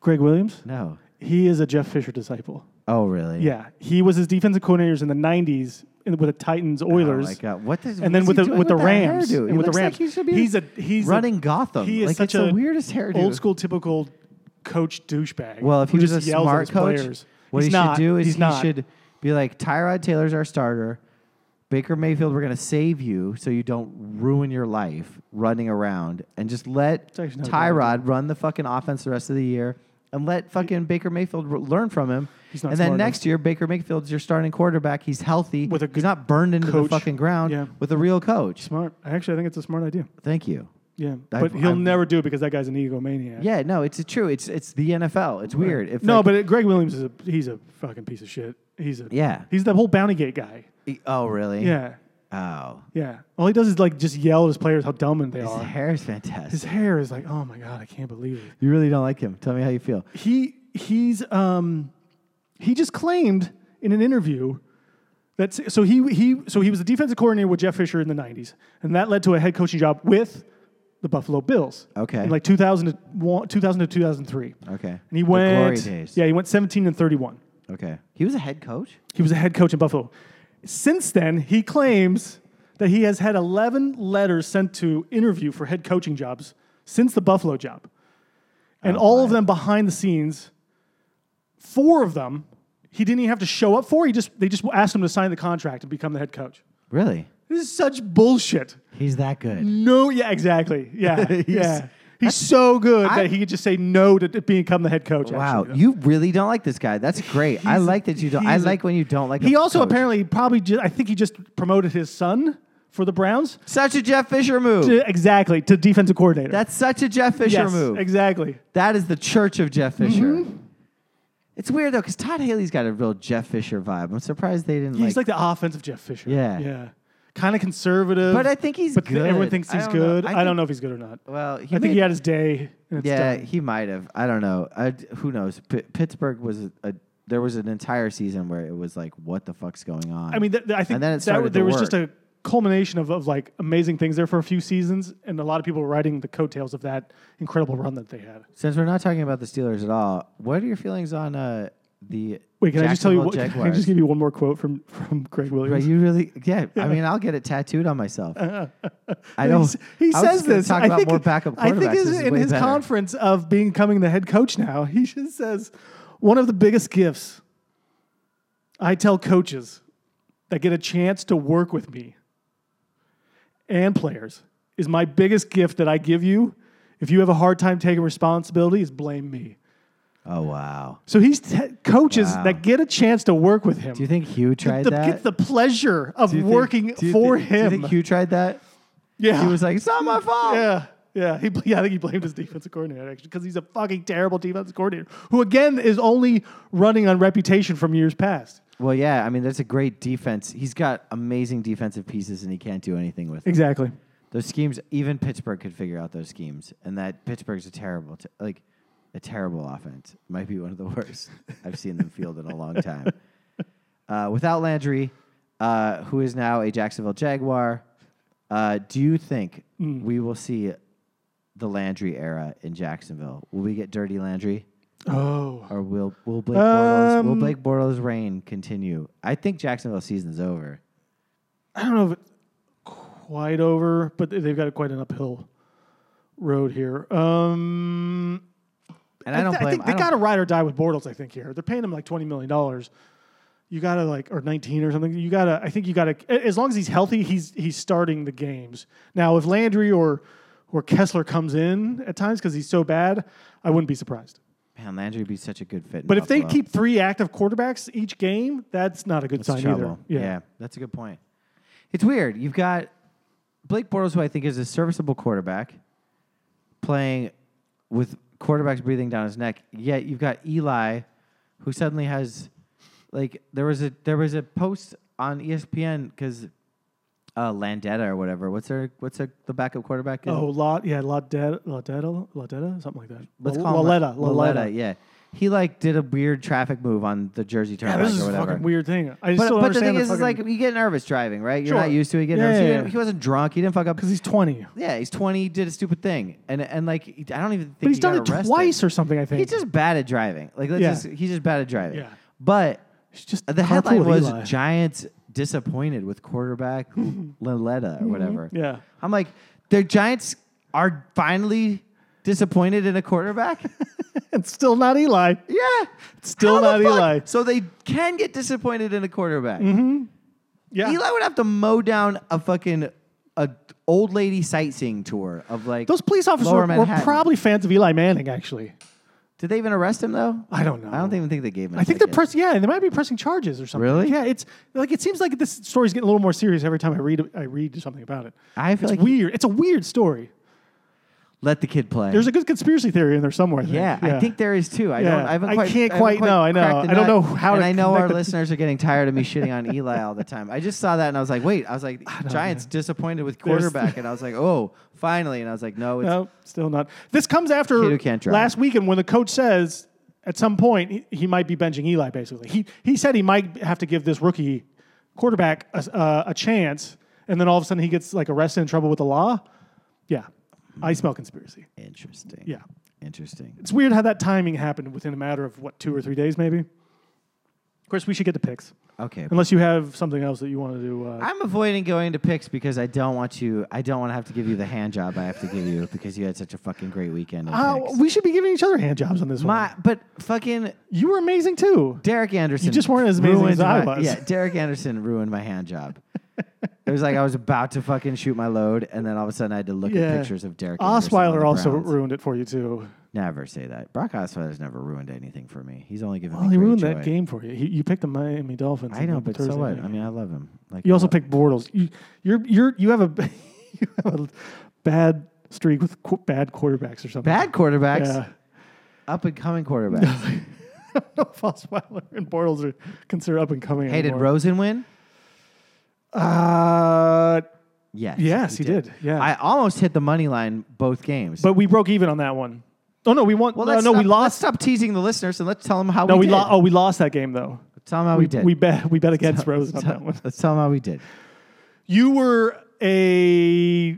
Greg Williams.
No.
He is a Jeff Fisher disciple.
Oh, really?
Yeah. He was his defensive coordinators in the '90s in, with the Titans, Oilers.
Oh my God. What does,
and then with the with the Rams
dude?
and with the Rams,
he should be
he's a he's a-
running Gotham.
He is
Like,
such
it's the
a
weirdest hairdo.
Old school, typical coach douchebag.
Well, if he
who
was a
just yells at
smart
his
coach,
players.
what
he's
he
not,
should do is
he's
he
not.
should be like Tyrod Taylor's our starter. Baker Mayfield, we're going to save you so you don't ruin your life running around, and just let
actually not a bad
Tyrod run the fucking offense the rest of the year, and let fucking Baker Mayfield r- learn from him.
He's not
and then
smart enough.
next year, Baker Mayfield's your starting quarterback. He's healthy.
With a
he's
good
not burned into the
coach.
fucking ground
Yeah.
with a real coach.
smart. Actually, I think it's a smart idea.
Thank you.
Yeah,
I-
but he'll
I'm-
never do it because that guy's an egomaniac.
Yeah, no, it's true. It's it's the NFL. It's weird. If
no,
like-
but it, Greg Williams is a he's a fucking piece of shit. He's a
Yeah.
He's the whole bounty gate guy.
oh really?
Yeah,
Oh,
yeah. All he does is like just yell at his players how dumb they
his
are.
hair is fantastic.
His hair is like, oh my god, I can't believe it.
You really don't like him. Tell me how you feel.
he he's um he just claimed in an interview that so he he so he was a defensive coordinator with Jeff Fisher in the 90s and that led to a head coaching job with the Buffalo Bills.
Okay.
In like 2000 to, one- 2000 to 2003.
Okay.
And he
The glory
went
days.
Yeah, he went 17 and 31.
Okay. He was a head coach.
He was a head coach in Buffalo. Since then, he claims that he has had 11 letters sent to interview for head coaching jobs since the Buffalo job.
Oh,
And all of them behind the scenes, four of them, he didn't even have to show up for. He just they just asked him to sign the contract and become the head coach.
Really?
This is such bullshit.
He's that good.
No, yeah, exactly. Yeah.
He's-
yeah. He's so good
I-
that he could just say no to, to become the head coach.
Wow.
actually.
You really don't like this guy. That's great. I
He's-
like that you don't. I
he's a-
like when you don't like.
He
a
also
coach.
apparently probably just, I think he just promoted his son for the Browns.
such a Jeff Fisher move.
To, exactly to defensive coordinator.
That's such a Jeff Fisher
yes, Mm-hmm.
move.
exactly.
that is the church of Jeff Fisher. It's weird though, because Todd Haley's got a real Jeff Fisher vibe. I'm surprised they didn't
he's like the offensive Jeff Fisher.
Yeah.
yeah, kind of conservative.
But I think he's
But th- everyone
good.
thinks
I
he's
don't know.
good.
I
I,
think-
don't know if he's good or not.
well, he
I think
made-
he had his day. And it's
Yeah,
done.
he might have. I don't know. I, who knows? P- Pittsburgh was a, a- There was an entire season where it was like, what the fuck's going on?
I mean, th- th- I think
And then it
that
started
w- there
to
was
work.
just a culmination of, of like amazing things there for a few seasons, and a lot of people were riding the coattails of that incredible run that they had.
Since we're not talking about the Steelers at all, what are your feelings on uh, the
Wait, can I just tell you? What,
Jacksonville
can I
Jaguars?
just give you one more quote from from Greg
Right,
Williams?
you really, yeah. I mean, I'll get it tattooed on myself. I
He
know.
s- He
I was
says
just gonna
this.
Talk
I
about
think,
more backup
I think
quarterbacks.
his-
This is
in
way
his
better.
conference of being coming the head coach now, he just says one of the biggest gifts I tell coaches that get a chance to work with me and players is my biggest gift that I give you. If you have a hard time taking responsibility, is blame me.
Oh wow!
So he's t- coaches
Wow.
that get a chance to work with him.
Do you think Hugh tried
the,
that?
get the pleasure of
Do you think-
working
do you
for
think- Do
him.
you think Hugh tried that?
yeah,
He was like, "It's not my fault."
Yeah, yeah. He, yeah, I think he blamed his defensive coordinator actually because he's a fucking terrible defensive coordinator who again is only running on reputation from years past.
Well, yeah. I mean, that's a great defense. He's got amazing defensive pieces, and he can't do anything with it.
Exactly.
Those schemes, even Pittsburgh could figure out those schemes, and that Pittsburgh's a terrible, t- like, a terrible offense. Might be one of the worst I've seen them field in a long time. Uh, without Landry, uh, who is now a Jacksonville Jaguar, uh, do you think we will see the Landry era in Jacksonville? Will we get dirty Landry?
Oh,
Or will will Blake Bortles will
Um,
Blake Bortles' reign continue? I think Jacksonville's season's over.
I don't know if it's quite over, but they- they've got quite an uphill road here. Um,
And I, don't
th-
blame.
think they
I
got
don't,
to ride or die with Bortles. I think here they're paying him like twenty million dollars. You got to like or nineteen or something. You got to. I think you got to. As long as he's healthy, he's he's starting the games now. If Landry or or Kessler comes in at times because he's so bad, I wouldn't be surprised.
man, Landry would be such a good fit. in
But if they
Buffalo.
keep three active quarterbacks each game, that's not a good
It's
sign
trouble.
either.
Yeah. that's a good point. It's weird. You've got Blake Bortles, who I think is a serviceable quarterback, playing with quarterbacks breathing down his neck. Yet you've got Eli, who suddenly has like there was a there was a post on E ESPN because uh, Landetta or whatever. What's their what's their, the backup quarterback? in-
Oh, lot yeah, Laudetta, Laudetta, Laudetta, something like that.
Let's
La-
call him
Laletta,
La-
Laletta.
Laletta, Yeah, he like did a weird traffic move on the Jersey
Yeah,
Turnpike
this is
or
a
whatever.
fucking weird thing. I just
But, but
don't
the
understand
thing is, is
fucking-
like you get nervous driving, right? You're not
Sure.
used to it. You get
Yeah,
nervous.
yeah,
He
yeah.
didn't- He wasn't drunk. He didn't fuck up.
because he's twenty.
Yeah, he's 20. He did a stupid thing, and and like he- I don't even think
But he's
he
done
got
it
arrested.
twice or something, I think.
He's just bad at driving. Like let's
Yeah.
just, he's just bad at driving.
Yeah.
But
He's just
the
carpool
headline
with
was
Eli.
Giants disappointed with quarterback Laletta or whatever.
Mhm. Yeah.
I'm like, the Giants are finally disappointed in a quarterback.
It's still not Eli.
Yeah.
Still
How the
not
fuck-
Eli. Mm-hmm.
So they can get disappointed in a quarterback.
Yeah.
Eli would have to mow down a fucking a old lady sightseeing tour of like
Those police officers
Lower
were, were
Manhattan.
probably fans of Eli Manning, actually.
Did they even arrest him though?
I don't know.
I don't even think they gave him. I
I think they're pressing. Yeah, they might be pressing charges or something.
Really?
Yeah. It's like it seems like this story's getting a little more serious every time I read. I read something about it.
I feel
It's
like he-
weird. It's a weird story.
let the kid play.
There's a good conspiracy theory in there somewhere. I think.
yeah, I think there is too. I
Yeah.
don't. I, haven't
I
quite,
can't
haven't
quite know. I know.
cracked the
I don't
nut,
know how
And
to
I know our
connect the-
listeners are getting tired of me shitting on Eli all the time. I just saw that and I was like, wait. I was like, Giants disappointed with
There's-
quarterback, and I was like, oh, finally. And I was like, no, it's
No, still not. This comes
Kid who
after
can't drive.
last weekend when the coach says at some point he, he might be benching Eli. Basically, he he said he might have to give this rookie quarterback a, s- uh, a chance, and then all of a sudden he gets like arrested in trouble with the law. Yeah, I smell conspiracy.
interesting.
Yeah,
interesting.
it's weird how that timing happened within a matter of what two or three days, maybe. Of course, we should get to picks
Okay,
unless you have something else that you want to do. Uh,
I'm avoiding going to picks because I don't want you. I don't want to have to give you the hand job I have to give you because you had such a fucking great weekend. in
Uh,
picks.
we should be giving each other hand jobs on this
My,
one.
but fucking
You were amazing too.
Derek Anderson.
just weren't as amazing
ruined
as I
my-
was.
Yeah, Derek Anderson ruined my hand job. it was like I was about to fucking shoot my load, and then all of a sudden I had to look at pictures of Derek. Anderson on
Osweiler
the
also
Browns.
ruined it for you too.
Never say that. Brock Osweiler's never ruined anything for me. He's only given
Well,
me.
he
great
ruined
joy.
that game for you. He, you picked the Miami Dolphins.
I know,
on
but
Thursday
so what?
night.
I mean, uh, I love him. Like
you
I
also
love-
picked Bortles. You you're, you're you have a you have a bad streak with qu- bad quarterbacks or something.
bad quarterbacks,
Yeah.
up and coming quarterbacks.
I don't know if Osweiler and Bortles are considered up and coming.
hey, did
anymore.
Rosen win?
Uh,
Yes.
yes, he, did. Yeah,
I almost hit the money line both games.
but we broke even on that one. Oh no, we won.
well,
no,
let's
no, we
stop- Let's
lost.
stop teasing the listeners and let's tell them how
No,
we,
we
did.
lost. Oh, we lost that game though.
Tell them how we,
we
did.
we bet we bet against Rose on that one.
Let's tell them how we did.
You were a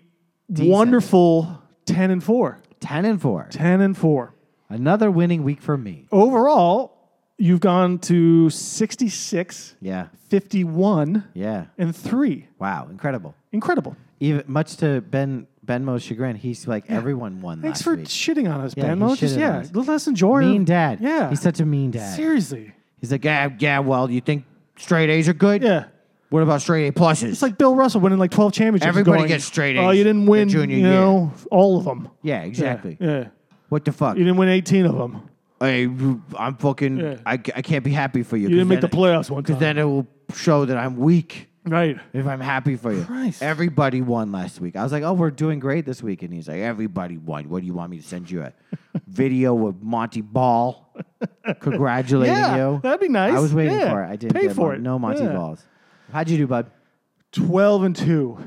wonderful 10 and 4.
Ten and four.
10 and 4.
Another winning week for me.
Overall, you've gone to 66,
Yeah.
51,
Yeah.
and 3.
Wow. Incredible.
Incredible.
Even much to Ben Benmo's chagrin, he's like everyone won.
Thanks
last
for
week.
shitting on us,
Yeah,
Ben.
he
Let's just,
shitted on
yeah,
us.
let's enjoy
mean dad.
Yeah.
He's such a mean dad.
Seriously.
He's like, yeah, yeah. Well, you think straight A's are good?
Yeah.
What about straight A pluses?
It's like Bill Russell winning like 12 championships.
Everybody
going,
gets straight
Oh,
A's
you didn't
the
win,
junior
you
year."
know, all of them.
yeah, exactly.
Yeah. yeah.
What the fuck?
You didn't win 18 of them.
I, I'm fucking.
Yeah.
I, ca- I can't be happy for you.
You didn't make the playoffs one time.
Because then it will show that I'm weak.
right.
If I'm happy for you,
Christ.
everybody won last week. I was like, "Oh, we're doing great this week," and he's like, "Everybody won. What do you want me to send you a video of Monty Ball congratulating
Yeah,
you?"
that'd be nice.
I was waiting
Yeah,
for it. I didn't
pay
get
for
Mon-
it.
No Monty
Yeah.
Balls. How'd you do, bud?
12 and 2.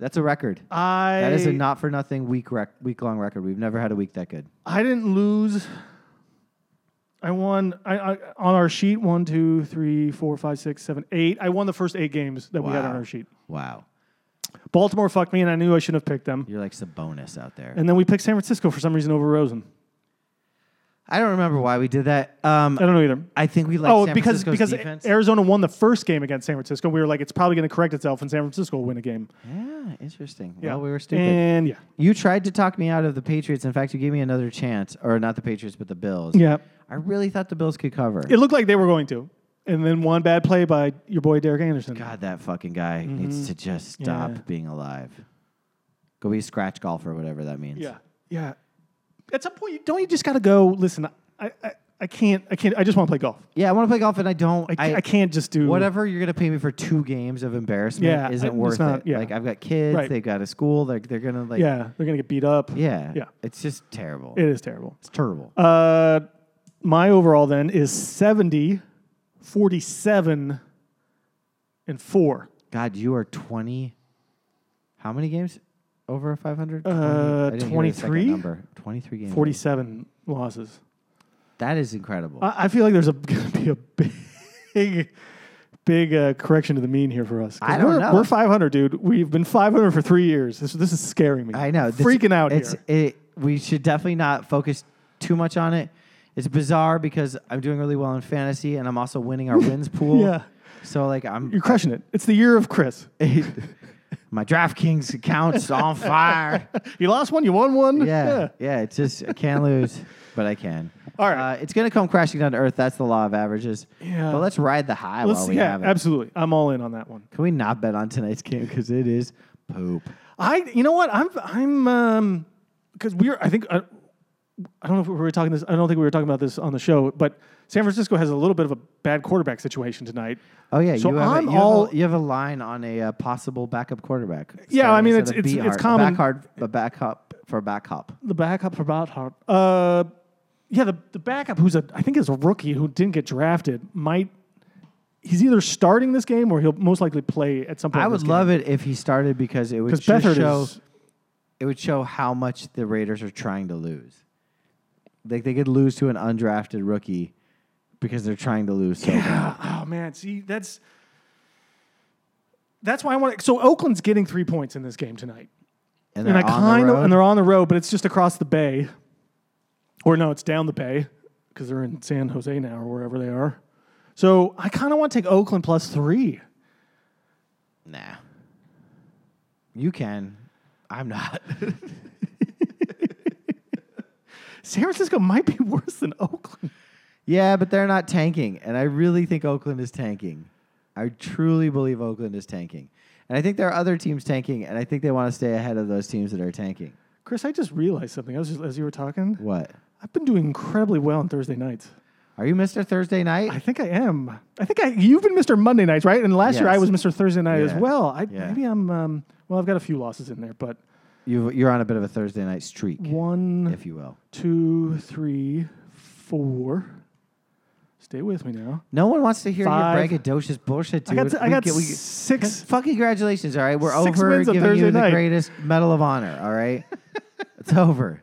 That's a record.
I
that is a not for nothing week rec- week long record. We've never had a week that good.
I didn't lose. I won I, I, on our sheet one, two, three, four, five, six, seven, eight. I won the first eight games that we had on
Wow.
our sheet.
Wow,
Baltimore fucked me, and I knew I shouldn't have picked them.
you're like Sabonis out there.
And then we picked San Francisco for some reason over Rosen.
I don't remember why we did that. Um,
I don't know either.
I think we like
oh,
San
because
Francisco's
because
defense.
Arizona won the first game against San Francisco. We were like, it's probably going to correct itself, and San Francisco will win a game.
yeah, interesting.
Yeah,
Well, we were stupid.
And yeah,
You tried to talk me out of the Patriots. In fact, you gave me another chance, or not the Patriots, but the Bills.
yeah.
I really thought the Bills could cover.
It looked like they were going to, and then one bad play by your boy Derek Anderson.
God, that fucking guy needs to just stop
Mm-hmm. Yeah.
being alive. Go be a scratch golfer, whatever that means.
Yeah, yeah. At some point, you- don't you just got to go? Listen, I, I, I can't, I can't. I just want to play golf.
Yeah, I want to play golf, and I don't.
I,
I,
I can't just do
whatever you're gonna pay me for two games of embarrassment
Yeah, I-
isn't
it's
worth
not-
it.
yeah.
Like I've got kids,
Right.
they've got a school. They're they're gonna like.
Yeah, they're gonna get beat up.
Yeah.
Yeah.
It's just terrible.
it is terrible.
it's terrible.
Uh, my overall then is 70, 47, and four.
God, you are 20. How many games over 500?
Uh, 23?
number. 23 games.
47 losses.
That is incredible.
I, I feel like there's a, gonna be a big, big uh, correction to the mean here for us. 'Cause
I don't
we're,
know.
We're 500, dude. We've been 500 for three years. This, this is scaring me.
I know. This-
Freaking out
it's,
here.
It, we should definitely not focus too much on it. It's bizarre because I'm doing really well in fantasy and I'm also winning our wins pool.
Yeah.
So, like, I'm.
You're crushing it. It's the year of Chris.
my DraftKings account's on fire.
You lost one, you won one.
Yeah. Yeah. It's just, I can't lose, but I can.
All right.
Uh, it's going to come crashing down to earth. That's the law of averages.
Yeah.
But let's ride the high
Let's,
while we
yeah,
have it.
absolutely. I'm all in on that one.
Can we not bet on tonight's game because it is poop?
I, you know what? I'm, I'm, um, because we're, I think, I, I don't know if we were talking this, I don't think we were talking about this on the show, but San Francisco has a little bit of a bad quarterback situation tonight. Uh,
Oh yeah,
So
you have a,
I'm
you have a-
all-
you have a line on a uh, possible backup quarterback.
Yeah, I
Starting
mean,
instead
it's-
of
it's-
B
it's
Hart, a
common.
Back hard, a backup for backup.
The backup for Bouthard. Uh, yeah, the, the backup who's a, I think is a rookie who didn't get drafted might, he's either starting this game or he'll most likely play at some point.
I
in
would
this
love it if he started because it would
because
just
Bethard
show
is,
it would show how much the Raiders are trying to lose. Like they could lose to an undrafted rookie because they're trying to lose. So bad.
Yeah. Oh man, see that's that's why I want. So Oakland's getting three points in this game tonight,
and
and
they're
I
on the
kind of
road.
and they're on the road, but it's just across the bay, or no, it's down the bay because they're in San Jose now or wherever they are. So I kind of want to take Oakland plus three.
Nah. You can. I'm not.
San Francisco might be worse than Oakland.
Yeah, but they're not tanking, and I really think Oakland is tanking. I truly believe Oakland is tanking, and I think there are other teams tanking, and I think they want to stay ahead of those teams that are tanking.
Chris, I just realized something. I was just as you were talking.
What?
I've been doing incredibly well on Thursday nights.
Are you Mr. Thursday Night?
I think I am. I think I, you've been Mr. Monday nights, right? And last year I
Yes.
was Mr. Thursday night as
Yeah.
well. I,
Yeah.
Maybe I'm. Um, well, I've got a few losses in there, but
you, you're on a bit of a Thursday Night streak,
one,
if you will.
two, three, four. Stay with me now.
No one wants to hear
Five.
your braggadocious bullshit,
I
dude.
got. I
We
got
get- we-
six.
Fucking congratulations, all right? We're
Six
over
wins on
giving
Thursday
you the
night.
greatest Medal of Honor, all right? it's over.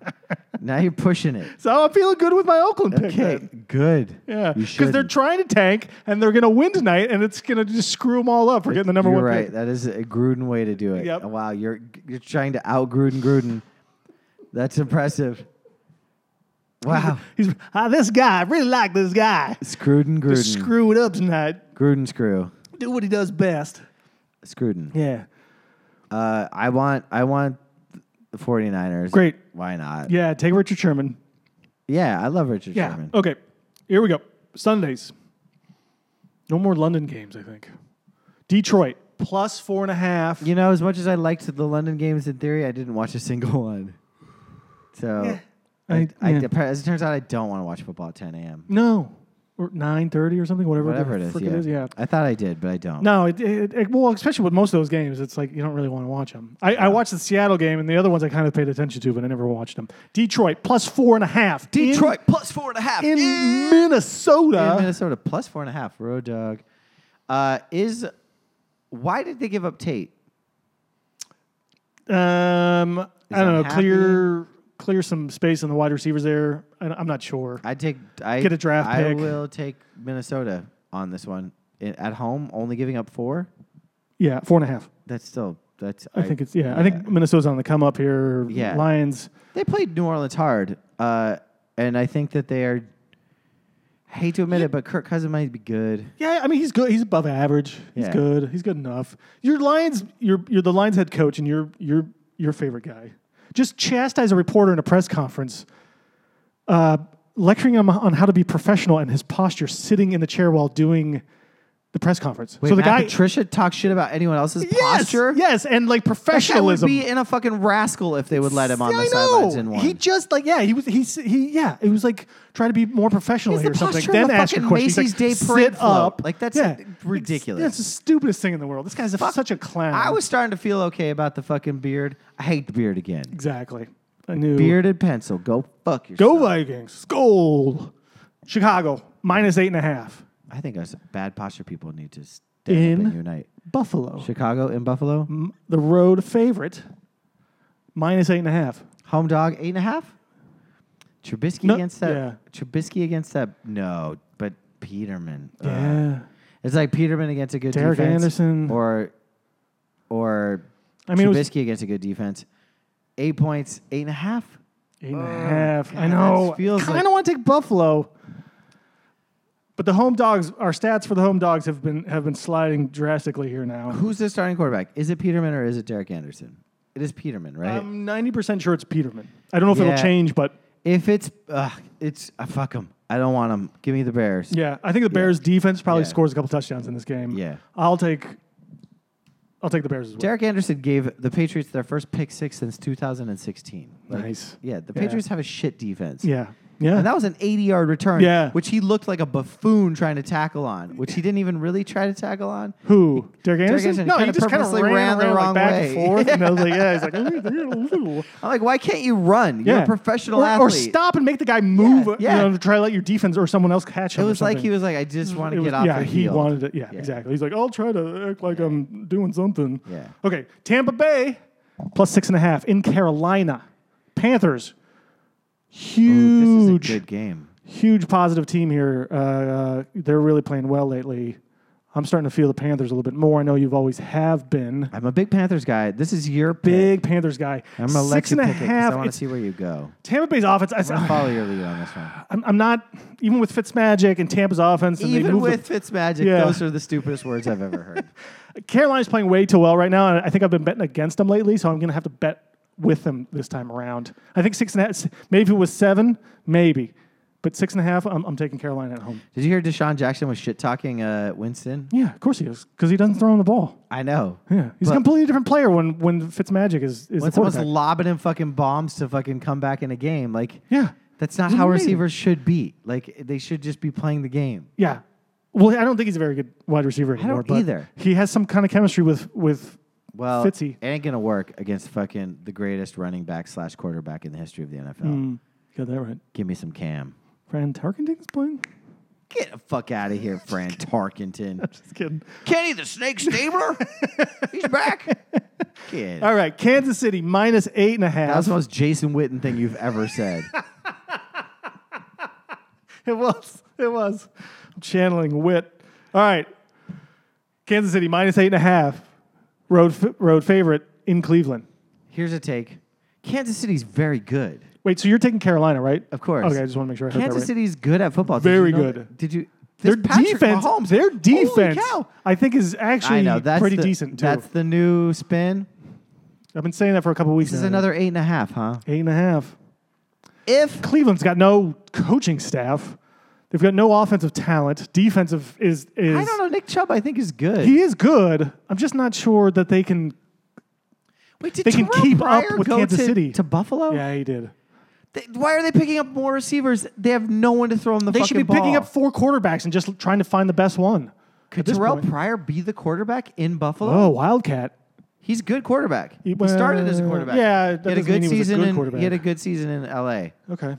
now you're pushing it.
So I'm feeling good with my Oakland pick.
Okay,
then.
good.
Yeah,
You
because they're
shouldn't.
trying to tank and they're going to win tonight, and it's going to just screw them all up for getting the number
you're
one
right.
pick.
That is a Gruden way to do it.
Yep.
Wow, you're you're trying to out Gruden Gruden. That's impressive. Wow,
He's ah, this guy. I really like this guy.
Scruden Gruden.
Screw it up tonight.
Gruden screw.
Do what he does best.
Scruden.
Yeah.
Uh, I want I want the 49ers.
Great.
Why not? Yeah,
Yeah. Oh, Take Richard Sherman.
I love Richard Sherman.
Okay. Here we go. Sundays. No more London games. I think. Detroit plus four and a half.
You know, as much as I liked the London games in theory, I didn't watch a single one. So I, I,
yeah.
appa- as it turns out, I don't want to watch football at 10 a.m.
no. Or nine thirty or something. Whatever. the
Whatever it is,
frick
yeah.
Yeah.
I thought I did, but I don't.
No, it, it, it- well, especially with most of those games, it's like you don't really want to watch them. I, I watched the Seattle game, and the other ones I kind of paid attention to, but I never watched them. Detroit plus four and a half. in-
plus four and a half.
in,
Yeah.
Minnesota.
in Minnesota, plus four and a half. Road dog. Uh, is why did they give up Tate?
um, I don't know.
unhappy.
Clear clear some space on the wide receivers there. I, I'm not sure.
I take. I
Get a draft
I
pick.
will take Minnesota on this one I- at home. Only giving up four.
Yeah, four and a half.
That's still. That's.
I, think it's yeah, I think Minnesota's on the come up here.
Yeah.
Lions.
they played New Orleans hard, uh, and I think that they are. I hate to admit it, but Kirk Cousins might be good.
Yeah, I mean he's good. He's above average. He's
Yeah.
good. He's good enough. Your Lions, you're you're the Lions head coach, and you're you're your favorite guy. Just chastise a reporter in a press conference, uh, lecturing him on how to be professional and his posture, sitting in the chair while doing the press conference.
Wait,
so the
Matt
guy,
Patricia talks shit about anyone else's
yes,
posture.
yes, and like
That guy would
professionalism.
be in a fucking rascal if they would let him on
Yeah,
the
I
sidelines
know.
in one.
He just like yeah, he was he s- he yeah, it was like trying to be more professional
It's
here
the
or something.
posture of
Then
a
ask your
fucking
question. He's
Macy's
like,
Day
sit
Parade float."
up.
Like, that's, like, ridiculous.
That's the stupidest thing in the world. This guy's a, such a clown.
I was starting to feel okay about the fucking beard. I hate the beard again.
exactly. I knew.
Bearded pencil, go fuck yourself.
Go Vikings. Skull. Chicago minus eight and a half.
I think us bad posture people need to stand
In-
up and unite.
Buffalo,
Chicago in Buffalo,
m- the road favorite, minus eight and a half.
home dog eight and a half. Trubisky
No,
against that.
yeah.
Trubisky against that. No, but Peterman. Ugh.
Yeah.
it's like Peterman against a good
Derek
defense,
Anderson.
or or
I mean, it
Trubisky
was
against a good defense. Eight points, eight and a half.
Eight and a half.
God,
I know.
that feels
kind of
like-
want to take Buffalo, but the home dogs. Our stats for the home dogs have been have been sliding drastically here now.
Who's the starting quarterback? Is it Peterman or is it Derek Anderson? It is Peterman, right?
I'm ninety percent sure it's Peterman. I don't know if
Yeah.
it'll change, but
If it's uh, it's uh, fuck them. I don't want them. Give me the Bears.
yeah, I think the Bears defense probably
Yeah.
scores a couple touchdowns in this game.
Yeah.
I'll take. I'll take the Bears as well.
Derek Anderson gave the Patriots their first pick six since 2016. Like,
Nice.
Yeah, the
Yeah.
Patriots have a shit defense.
Yeah. Yeah.
And that was an 80 yard return,
Yeah.
which he looked like a buffoon trying to tackle on, which he didn't even really try to tackle on.
Who? Derek Anderson?
Anderson
no, he
kinda
just kind of
purposely ran
ran,
the
around, like,
wrong
back
way.
and forth. And I was like, yeah, he's like, "Ooh,
I'm like, why can't you run? You're
yeah.
a professional
or,
athlete.
Or stop and make the guy move.
Yeah, yeah.
You know, to try to let your defense or someone else catch
It
him. or
was like
something.
he was like, I just want
It
to get
was-
off
Yeah,
the
he
field.
wanted it. Yeah,
Yeah.
exactly. He's like, I'll try to act like I'm doing something.
Yeah.
Okay. Tampa Bay plus six and a half in Carolina. Panthers. Huge
Ooh, this is a good game.
huge positive team here. Uh, uh, they're really playing well lately. I'm starting to feel the Panthers a little bit more. I know you've always have been
I'm a big Panthers guy. This is your pick.
big Panthers guy.
I'm gonna let
Six
you
and a
pick it 'cause
half.
I want to
It's
see where you go.
Tampa Bay's offense.
I
I,
follow your lead on this one.
I'm, I'm not even with Fitzmagic and Tampa's offense. And they
Even
moved the-
with Fitzmagic,
Yeah.
those are the stupidest words I've ever heard.
Carolina's playing way too well right now, and I think I've been betting against them lately. So I'm going to have to bet with them this time around. I think six and a half. Maybe it was seven, maybe, but six and a half. I'm, I'm taking Carolina at home.
Did you hear Deshaun Jackson was shit talking uh, Winston?
Yeah, of course he is because he doesn't throw him the ball.
I know.
Yeah, he's a
But-
completely different player when when Fitzmagic is is
When
the
someone's
quarterback.
lobbing him fucking bombs to fucking come back in a game, like
yeah,
that's not
What do
how
you mean?
receivers should be. Like they should just be playing the game.
yeah. Well, I don't think he's a very good wide receiver
don't
anymore. but
either.
He has some kind of chemistry with with
Well,
Fitzy.
it ain't gonna work against fucking the greatest running back slash quarterback in the history of the NFL.
Hmm. Got that right.
Give me some Cam.
Fran Tarkenting's playing.
Get the fuck out of here, Fran Tarkenton.
Just kidding.
Kenny the Snake Stabler. He's back. Kid.
All right, Kansas City minus eight and a
That was
half.
the most Jason Witten thing you've ever said.
It was. It was. I'm channeling wit. All right. Kansas City minus eight and a half. Road f- road favorite in Cleveland.
Here's a take. Kansas City's very good.
Wait, so you're taking Carolina, right?
Of course.
Okay, I just want to make sure I heard
Kansas
that right.
City's good at football. Did you
Very
know
good.
that? Did you?
Their
This Patrick
defense,
Mahomes,
their
holy
defense,
cow.
I think is actually
I know that's
pretty
the-
decent too.
That's the new spin.
I've been saying that for a couple weeks.
This is
now.
another eight and a half, huh?
eight and a half.
If
Cleveland's got no coaching staff. They've got no offensive talent. Defensive is is
I don't know, Nick Chubb, I think is good.
he is good. I'm just not sure that they can.
Wait, did
they can
Terrell
keep up
Pryor
with
go
Kansas
to-
City.
to Buffalo.
Yeah, he did.
They- why are they picking up more receivers? They have no one to throw them the
They
fucking
should be picking
ball.
up four quarterbacks and just trying to find the best one.
Could
at this
Terrell
point.
Pryor be the quarterback in Buffalo?
Oh, Wildcat.
He's a good quarterback. He,
well,
started as a quarterback.
yeah, that
he had a
doesn't mean
good
he was a
season.
good
in, He had
quarterback.
a good season in L.A.
Okay.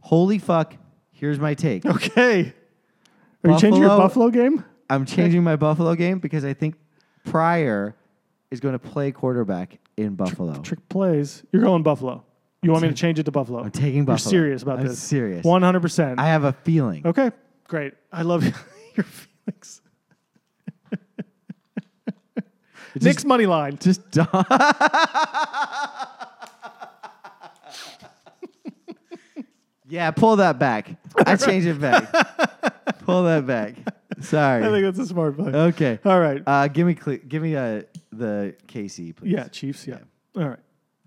Holy fuck! Here's my take.
Okay. Are you changing your
Buffalo-
Buffalo game?
I'm changing my Buffalo game because I think Pryor is going to play quarterback in Buffalo.
Trick plays. You're going Buffalo. You want me to change it to Buffalo? I'm
taking
You're
Buffalo.
serious about
I'm
this?
serious.
100%.
I have a feeling.
okay. Great. I love your feelings. Nick's money line.
Just don't. yeah, pull that back. I change it back. pull that back.
I think
Sorry.
that's a smart play.
Okay.
All right.
Uh, give me cle give me uh, the KC, please.
Yeah, Chiefs. Yeah. All right.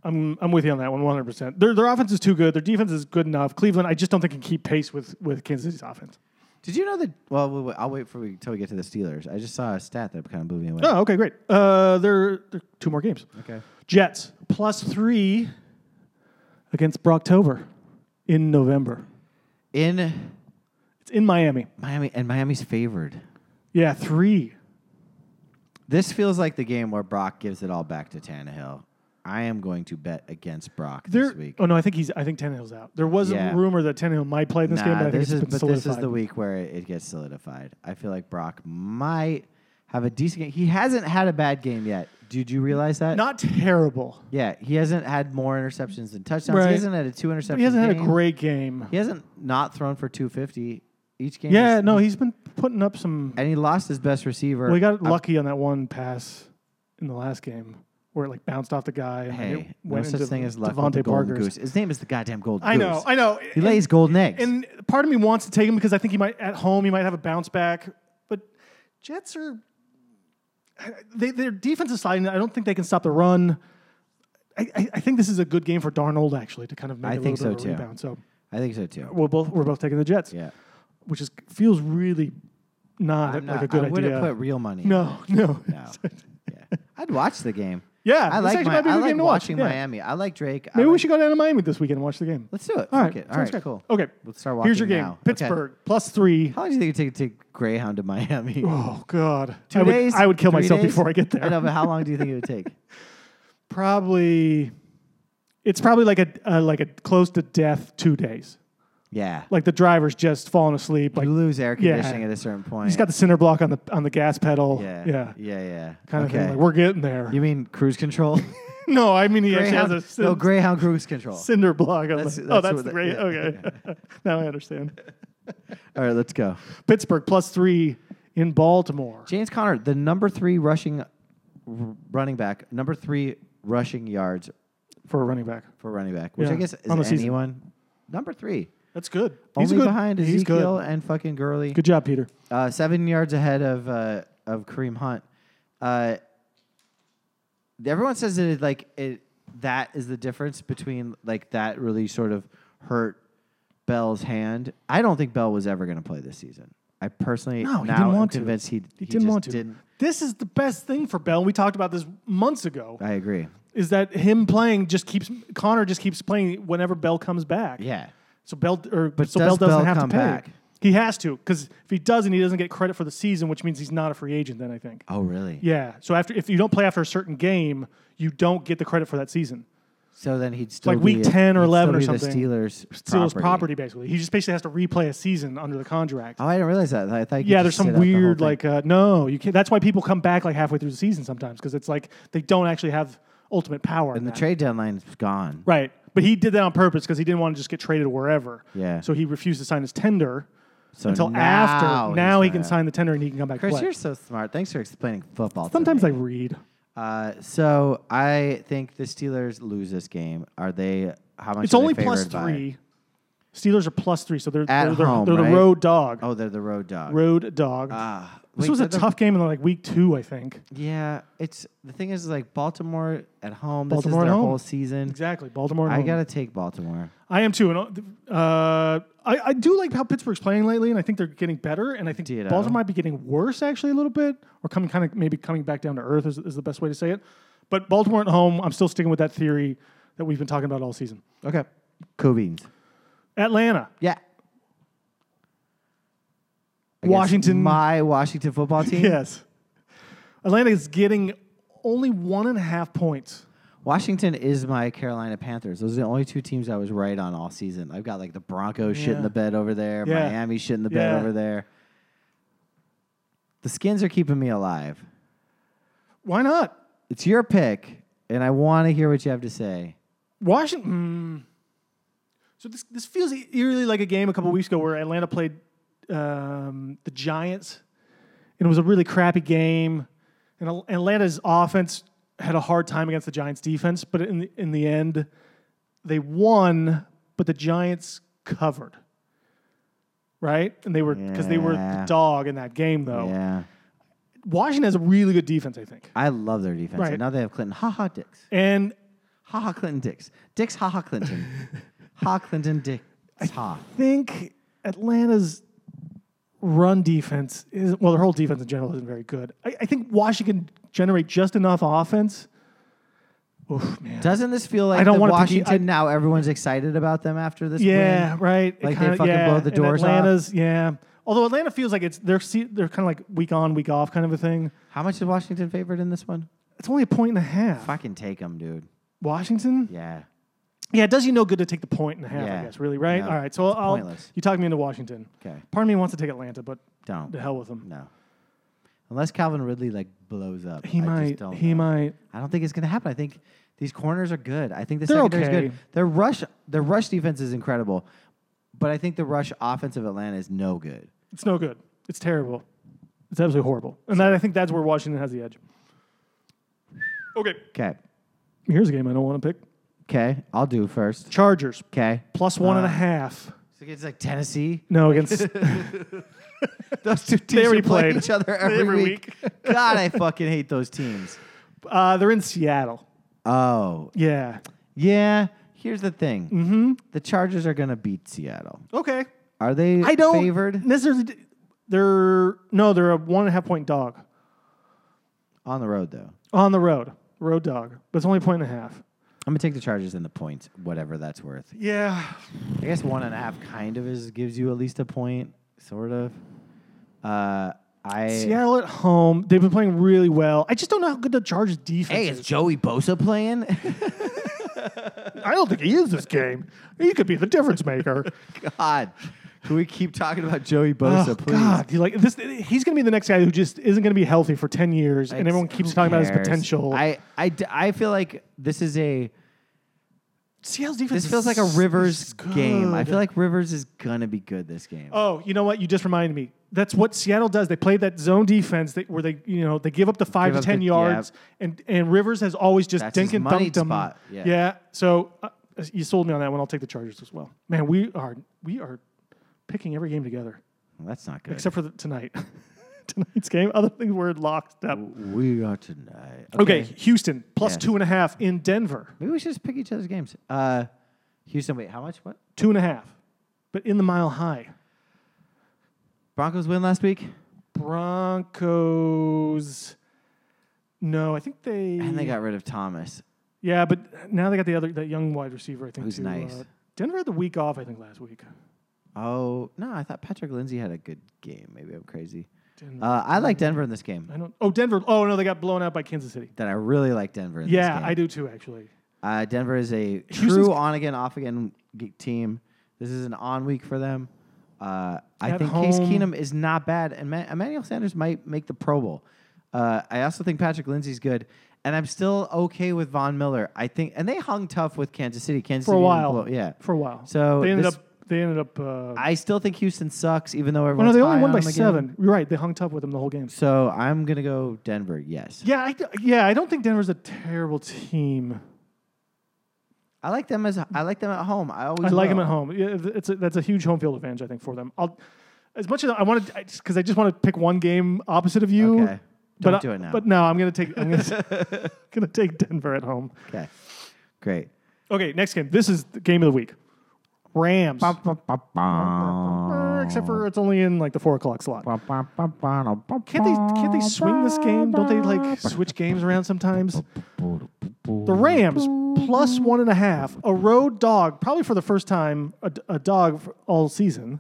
I'm I'm with you on that one 100%. Their their offense is too good. Their defense is good enough. Cleveland I just don't think can keep pace with with Kansas City's offense.
Did you know that? Well, wait, wait, I'll wait for we, till we get to the Steelers. I just saw a stat that kind of blew me away.
Oh, okay, great. Uh they're, they're two more games.
Okay.
Jets plus 3 against Brocktober in November.
In
It's in Miami.
Miami, and Miami's favored.
Yeah, 3.
This feels like the game where Brock gives it all back to Tannehill. I am going to bet against Brock
There,
this week.
oh no, I think he's. I think Tannehill's out. There was
Yeah.
a rumor that Tannehill might play in this game, but I think
this
it's
is
been
but
solidified.
this is the week where it, it gets solidified. I feel like Brock might have a decent game. He hasn't had a bad game yet. Did you realize that?
Not terrible,
yeah, he hasn't had more interceptions than touchdowns.
Right.
He hasn't had a two interception.
but he hasn't had a
game.
great game.
He hasn't not thrown for two fifty each game.
Yeah,
He's-
no, he's been putting up some.
and he lost his best receiver. Uh,
Well, he got lucky on that one pass in the last game where it like bounced off the guy. And then
hey,
it
no
went
such
into
thing as luck. with the
Devontae
golden
Parker's.
goose. His name is the goddamn golden
I
goose.
know, I know.
He lays golden eggs.
And part of me wants to take him because I think he might at home he might have a bounce back. But Jets are they their defensive side. I don't think they can stop the run. I, I, I think this is a good game for Darnold actually to kind of make
I
a
think
little bit
so,
of a
too.
rebound. So
I think so too.
we're both we're both taking the Jets,
Yeah.
which is feels really
I'm
not, like
not,
a good
I wouldn't
idea.
put real money.
no, no,
No. yeah. I'd watch the game.
Yeah,
I
this
like
actually
my,
might be a
I
good
like
game to watch,
watching
yeah.
Miami. I like Drake. I
Maybe we
like-
should go down to Miami this weekend and watch the game.
Let's do it.
All right,
Fuck it. All
sounds Oh.
right,
great.
cool.
Okay,
Let's start
Here's your
walking
game:
now. Okay.
Pittssburgh plus three.
How long do you think it take to take Greyhound to Miami?
Oh God,
Two
I would,
days?
I would kill
Three
myself
days?
before I get there.
I know, but how long do you think it would take?
Probably, it's probably like a uh, like a close to death two days.
Yeah.
Like the driver's just falling asleep. Like
you lose air
yeah.
conditioning at a certain point.
he's got the center block on the on the gas pedal.
yeah.
yeah,
Yeah, yeah. okay.
kind of thing. Like we're getting there.
you mean cruise control?
no, I mean he actually
Greyhound?
has a
No,
cin-
Greyhound cruise control.
cinder block. On
That's-
the,
that's
oh,
what
that's
the-
great.
yeah.
Okay, now I understand.
All right, let's go.
Pittsburgh plus three in Baltimore.
James Conner, the number three rushing r- running back, number three rushing yards
for a running back.
for running back, which I
Yeah,
guess is
on the season.
anyone. Number three.
That's good.
Only behind Ezekiel and fucking Gurley.
Good job, Peter.
Uh, seven yards ahead of uh, of Kareem Hunt. Uh, everyone says that it, like it that is the difference between like that really sort of hurt Bell's hand. I don't think Bell was ever going to play this season. I personally
No, he
now
didn't
am
want to.
convinced he,
He, didn't
just
want to.
Didn't.
This is the best thing for Bell. We talked about this months ago.
I agree.
Is that him playing just keeps Connor just keeps playing whenever Bell comes back.
Yeah.
So Bell or but so
does
Bell doesn't
Bell
have
come
to pay.
back?
He has to because if he doesn't, he doesn't get credit for the season, which means he's not a free agent. Then I think.
Oh really?
Yeah. So after if you don't play after a certain game, you don't get the credit for that season.
So then he'd still
like week
be
10 or
he'd still
11 or
be the
something.
Steelers
Steelers property basically. He just basically has to replay a season under the contract.
Oh, I didn't realize that. I thought you could
Yeah, there's
just sit
some
out the whole
weird
thing.
like uh, no, you can't. That's why people come back like halfway through the season sometimes because it's like they don't actually have ultimate power. in
and the
that.
trade deadline's gone.
right? But he did that on purpose because he didn't want to just get traded wherever.
Yeah.
So he refused to sign his tender
So
until
now
after.
he's
Now he
not
can
out.
sign the tender and he can come back.
Chris,
play.
you're so smart. Thanks for explaining football. to
Sometimes
me.
I read.
Uh, so I think the Steelers lose this game. Are they? How much?
It's
are
only
they
plus
favored by?
three. Steelers are plus three, so they're
At
they're, they're-
home,
they're
right?
the road dog.
Oh, they're the road dog.
Road dog.
Ah,
this
wait,
was a
they're the-
tough game in like week two, I think.
Yeah, it's the thing is like Baltimore at home. this
Baltimore
is
at
their
home.
whole season.
Exactly, Baltimore. and
I
home.
gotta take Baltimore.
I am too, and uh, uh, I I do like how Pittsburgh's playing lately, and I think they're getting better, and I think
Ditto.
Baltimore might be getting worse actually a little bit, or coming kind of maybe coming back down to earth is, is the best way to say it. But Baltimore at home, I'm still sticking with that theory that we've been talking about all season.
Okay, cool beans.
Atlanta,
Yeah. Against
Washington.
my Washington football team.
yes, Atlanta is getting only one and a half points.
Washington is my Carolina Panthers. Those are the only two teams I was right on all season. I've got like the Broncos shit in
Yeah.
the bed over there,
Yeah.
Miami shit in the bed
Yeah.
over there. The skins are keeping me alive.
Why not?
It's your pick, and I want to hear what you have to say.
Washington. So this this feels e-, eerily like a game a couple weeks ago where Atlanta played um, the Giants, and it was a really crappy game. And Al- Atlanta's offense had a hard time against the Giants' defense, but in the, in the end, they won. But the Giants covered, right? And they were because they were the
Yeah.
dog in that game, though.
Yeah.
Washington has a really good defense, I think,
I love their defense.
Right.
And now they have Clinton. Ha ha dicks.
and
Ha ha Clinton dicks. Dicks ha ha Clinton. ha Clinton dick. Ha.
think Atlanta's run defense is well, their whole defense in general isn't very good. I, I think Washington generate just enough offense. Oof, man.
Doesn't this feel like
I don't
the
want it to keep-
Washington now everyone's excited about them after this win?
Yeah, right. It
Like they fucking blow the
and
doors off?
Atlanta's, yeah. Although Atlanta feels like it's they're se- they're kind of like week on week off kind of a thing.
How much is Washington favored in this one?
It's only a point and a half.
Fucking take them, dude.
Washington. Yeah.
Yeah.
it does you no good to take the point and a half.
Yeah.
I guess really right.
No,
All right, so
it's
I'll,
pointless.
you talk me into Washington.
Okay.
Part of me wants to take Atlanta, but
Don't.
the hell with him.
No. Unless Calvin Ridley like blows up.
He
I Just
might.
don't
He
know.
might.
I don't think it's gonna happen. I think these corners are good. I think the
They're
secondary is good.
okay.
Their rush, their rush defense is incredible, but I think the rush offense of Atlanta is no good.
It's no good. It's terrible. It's absolutely horrible. And that, I think that's where Washington has the edge. Okay.
Okay.
Here's a game I don't want to pick.
Okay. I'll do first.
Chargers,
Okay.
plus one
Ah.
and a half.
So it's like Tennessee.
No, against
Those two teams
already
are playing
played.
each other every,
Every
week. God, I fucking hate those teams.
uh, they're in Seattle.
Oh,
Yeah.
yeah. Here's the thing. Mm-hmm. The Chargers are gonna beat Seattle.
Okay.
Are they
I don't
favored
necessarily. d- They're no, they're a one and a half point dog
on the road though?
on the road, road dog. But it's only a point and a half.
I'm gonna take the Chargers and the points, whatever that's worth.
Yeah.
I guess one and a half kind of is gives you at least a point, sort of. Uh, I
Seattle at home. They've been playing really well. I just don't know how good the Chargers defense
hey,
is.
is Joey Bosa playing?
I don't think he is this game. He could be the difference maker.
God, can we keep talking about Joey Bosa,
oh
please?
God, he like this. He's going to be the next guy who just isn't going to be healthy for ten years, and
It's-
everyone keeps
who
talking about
cares?
his potential.
I, I d- I feel like this is a
Seattle's defense.
this feels like a
is
Rivers
good.
game. I feel like Rivers is gonna be good this game.
Oh, you know what? You just reminded me. That's what Seattle does. They play that zone defense that, where they, you know, they give up the five
Give up
to ten
the-
yards, and and Rivers has always just
That's
dink
his
and
money
dunked them.
spot, yeah.
So uh, you sold me on that one. I'll take the Chargers as well. Man, we are we are picking every game together
Well, that's not good.
except for the, tonight. Tonight's game. Other things were locked up.
we are tonight.
Okay, Houston plus
Yes.
two and a half in Denver.
Maybe we should just pick each other's games. Uh, Houston, wait, how much? What?
Two and a half, but in the mile high.
Broncos win last week,
Broncos. No, I think they.
and they got rid of Thomas.
Yeah, but now they got the other that young wide receiver. I think
Who's
too.
nice.
Uh, Denver had the week off. I think last week.
Oh no, I thought Patrick Lindsay had a good game. Maybe I'm crazy.
Denver.
Uh, I like Denver in this game.
I don't. Oh, Denver. Oh no, they got blown out by Kansas City.
That I really like Denver in
Yeah,
this game.
I do too. Actually,
Uh, Denver is a
Houston's-
true on again, off again g- team. This is an on week for them. Uh, I
At
think Case
home.
Keenum is not bad, and Ma- Emmanuel Sanders might make the Pro Bowl. Uh, I also think Patrick Lindsey's good, And I'm still okay with Von Miller. I think, and they hung tough with Kansas City. Kansas
for a
City didn't
while.
blow- yeah.
for a while.
So
they ended
this-
up. They ended up. Uh,
I still think Houston sucks, even though
well,
everyone's
no, they
high
only won
on
by
them again.
seven. You're right. They hung tough with them the whole game.
So I'm gonna go Denver. Yes,
Yeah, I, d- yeah. I don't think Denver's a terrible team.
I like them as I like them at home. I always
I like
will.
them at home. Yeah, th- it's a, that's a huge home field advantage, I think, for them. I'll, as much as I want to, because I just want to pick one game opposite of you.
Okay.
but
Don't
I-
do it now.
But no, I'm gonna take. I'm gonna, gonna take Denver at home.
Okay, great.
Okay, next game. This is the game of the week. Rams. Uh, Except for it's only in like the four o'clock slot. Can't they? Can't they swing this game? Don't they like switch games around sometimes? The Rams plus one and a half, a road dog, probably for the first time, a, a dog for all season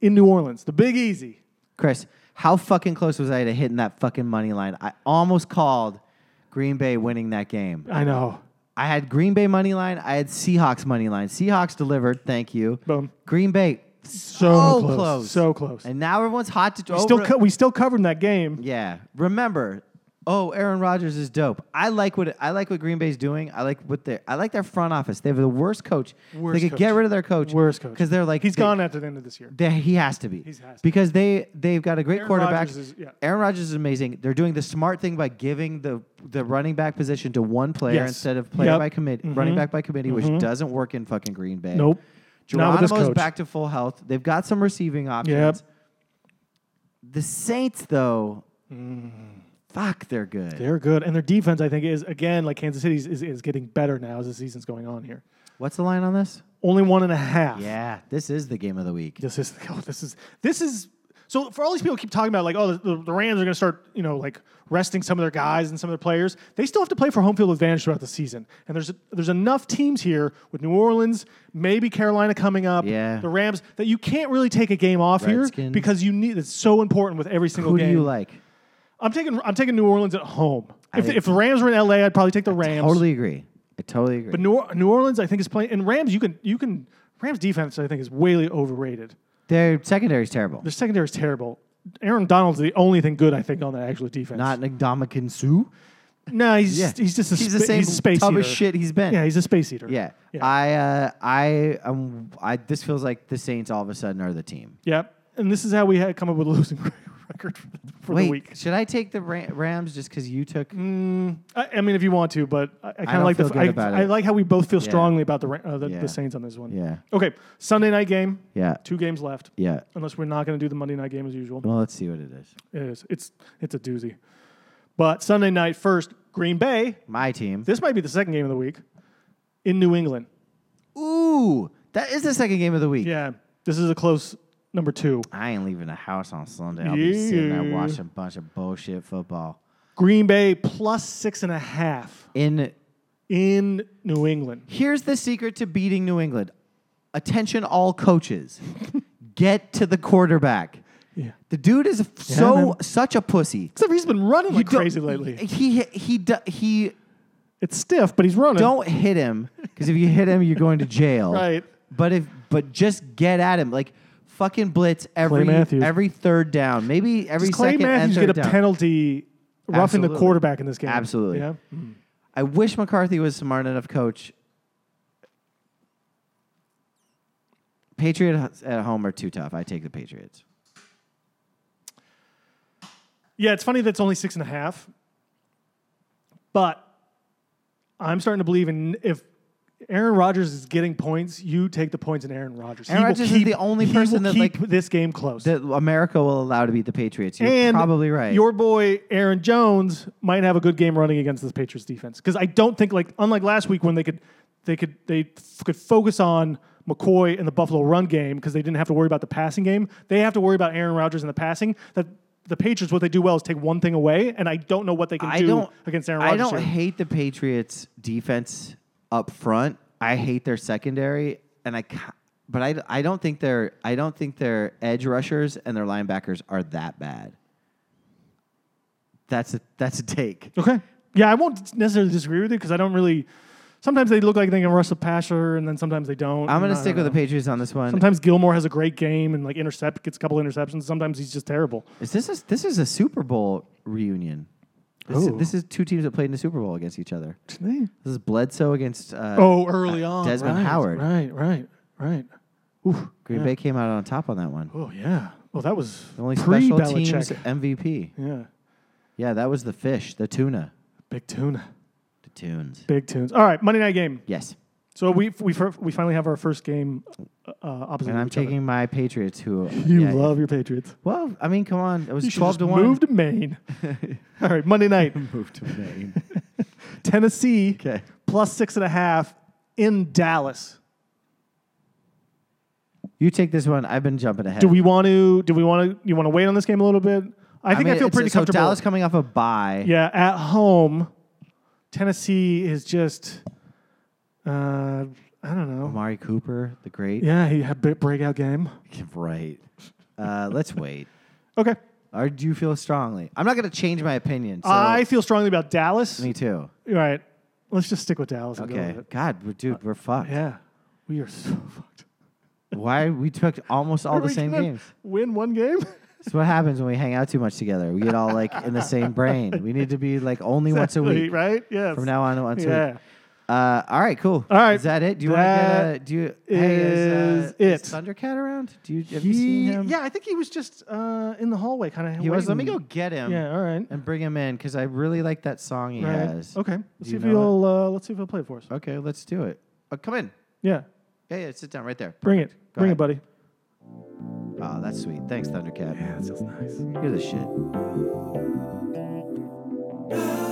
in New Orleans. The Big Easy.
Chris, how fucking close was I to hitting that fucking money line? I almost called Green Bay winning that game.
I know.
I had Green Bay money line. I had Seahawks money line. Seahawks delivered. Thank you.
Boom.
Green Bay.
So
So
close.
close.
So close.
And now everyone's hot to
we, still co- we still covered in that game.
Yeah. Remember, oh, Aaron Rodgers is dope. I like what I like what Green Bay's doing. I like what they I like their front office. They have the worst coach.
Worst
they could
coach.
get rid of their coach.
Worst coach.
Because they're like
He's
they-
gone after the end of this year.
they- he has to be.
He's has to.
because they they've got a great
Aaron
quarterback.
Rodgers is- yeah.
Aaron Rodgers is amazing. They're doing the smart thing by giving the the running back position to one player
Yes.
instead of player
Yep. Mm-hmm.
by committee, running back by committee, which doesn't work in fucking Green Bay.
Nope. Not with this
Geronimo's
coach.
back to full health. They've got some receiving options. The Saints, though, fuck, they're good.
Mm. They're good. And their defense, I think, is again like Kansas City's is, is getting better now as the season's going on here.
What's the line on this?
Only one and a half.
Yeah, this is the game of the week.
This is oh, this is this is so for all these people who keep talking about like oh the, the Rams are going to start you know like resting some of their guys and some of their players. They still have to play for home field advantage throughout the season. And there's there's enough teams here with New Orleans, maybe Carolina coming up,
Yeah.
the Rams that you can't really take a game off here
Redskins.
because you need it's so important with every single
Who
game.
do you like?
I'm taking I'm taking New Orleans at home. If,
I-
if the Rams were in LA, I'd probably take the Rams.
Totally agree. I totally agree.
But New, Or- New Orleans, I think is playing and Rams. You can you can Rams defense. I think is way overrated.
Their secondary is terrible.
Their secondary is terrible. Aaron Donald's the only thing good I think on that actual defense.
Not Ndamukong Sue.
no, he's
Yeah.
just, he's just a
He's
spa-
the same
he's a space
tub
eater.
of shit he's been.
Yeah, he's a space eater.
Yeah.
yeah.
I, uh, I, um, I, this feels like the Saints all of a sudden are the team.
Yep. And this is how we had come up with a losing record for, the- for
Wait,
the week.
should I take the Ra- Rams just because you took?
I, I mean, if you want to, but I, kind of
don't
like the
feel good
I,
about
I
it.
like how we both feel strongly about the Ra- uh, the,
Yeah.
the Saints on this one.
Yeah.
Okay, Sunday night game.
Yeah.
Two games left,
Yeah.
unless we're not going to do the Monday night game as usual.
Well, let's see what it is.
It is. It's it's a doozy. But Sunday night first, Green Bay.
My team.
This might be the second game of the week in New England.
Ooh, that is the second game of the week.
Yeah, this is a close number two.
I ain't leaving the house on Sunday. I'll be sitting there
Yeah.
watching a bunch of bullshit football
Green Bay plus six and a half
in
in New England.
Here's the secret to beating New England. Attention, all coaches. Get to the quarterback.
Yeah.
The dude is so
man.
such a pussy.
Except he's been running like
You don't-
crazy lately.
He he do- he
It's stiff, but he's running.
don't hit him because if you hit him, you're going to jail.
Right.
But if but just get at him like fucking blitz every
Matthews.
every third down, maybe every
Does Clay
second
Matthews
and
get a
third down.
penalty roughing the
Absolutely.
quarterback in this game?
Absolutely.
Yeah.
I wish McCarthy was smart enough coach. Patriots at home are too tough. I take the Patriots.
Yeah, it's funny that it's only six and a half, but I'm starting to believe in if Aaron Rodgers is getting points, you take the points in Aaron Rodgers.
Aaron
will
Rodgers is the only
he will
person that,
keep
like-
this game close.
that America will allow to beat the Patriots. You're
and
probably right.
Your boy Aaron Jones might have a good game running against this Patriots defense because I don't think like unlike last week when they could they could they f- could focus on McCoy and the Buffalo run game because they didn't have to worry about the passing game. They have to worry about Aaron Rodgers and the passing. That the Patriots what they do well is take one thing away, and I don't know what they can
I
do
don't
against Aaron
I
Rodgers.
don't
here.
hate the Patriots defense up front. I hate their secondary, and I ca- but I, I don't think their I don't think their edge rushers and their linebackers are that bad. That's a that's a take.
Okay. Yeah, I won't necessarily disagree with you because I don't really. Sometimes they look like they can rush the passer, and then sometimes they don't.
I'm
and
gonna
I
stick
don't
with the
know.
Patriots on this one.
Sometimes Gilmore has a great game and like intercept gets a couple interceptions. Sometimes he's just terrible.
Is this a, this is a Super Bowl reunion? This,
Who?
this is two teams that played in the Super Bowl against each other. This is Bledsoe against uh,
Oh, early on.
Desmond
right,
Howard.
Right, right, right. Oof.
Green
yeah.
Bay came out on top on that one.
Oh yeah.
Well, that was
The only
pre
special teams
Belichick.
MVP.
Yeah.
Yeah, that was the fish, the tuna,
Big tuna.
the tunes.
Big tunes. All right, Monday night game.
Yes,
So we we fir- we finally have our first game uh, opposite.
and I'm
each other.
taking my Patriots. Who
You
yeah,
love your Patriots.
Well, I mean, come on, it was
You should
twelve
just
to one.
Move to Maine. All right, Monday night,
Move to Maine.
Tennessee
okay,
plus six and a half in Dallas.
you take this one. I've been jumping ahead.
Do we want to? Do we want to? You want to wait on this game a little bit? I think I,
mean,
feel
it's-
pretty
so
comfortable.
Dallas coming off a bye.
yeah, at home, Tennessee is just. Uh, I don't know.
Amari Cooper, the great.
Yeah, he had a big breakout game.
Right. Uh, let's wait.
Okay,
Or do you feel strongly? I'm not going to change my opinion. So
I feel strongly about Dallas.
me too.
All right, let's just stick with Dallas. and go
Okay.
with it.
God, we're, dude, we're fucked.
Yeah, we are so fucked.
Why we took almost all
Are
the
we
same
gonna
games?
Win one game.
That's what happens when we hang out too much together. We get all like in the same brain. We need to be like only once a
Exactly,
week
right? Yes.
from now on. Once a
yeah.
week. Uh, all right, cool.
All right,
is that it? Do you want to
that
get a? Do you? hey, is, uh,
is it.
Thundercat around? Do you have you seen
He-
him?
Yeah, I think he was just uh, in the hallway, kind of.
he was. Let me go get him
Yeah. All right.
and bring him in because I really like that song he
All right.
has.
Okay. Let's see
you
if
know
he'll. Uh, let's see if he'll play it for us.
Okay, let's do it. Oh, come in.
Yeah.
Yeah, yeah, sit down right there.
Bring it.
Go
Bring
ahead.
it, buddy.
Oh, that's sweet. Thanks, Thundercat.
Yeah, that sounds nice.
You're the shit.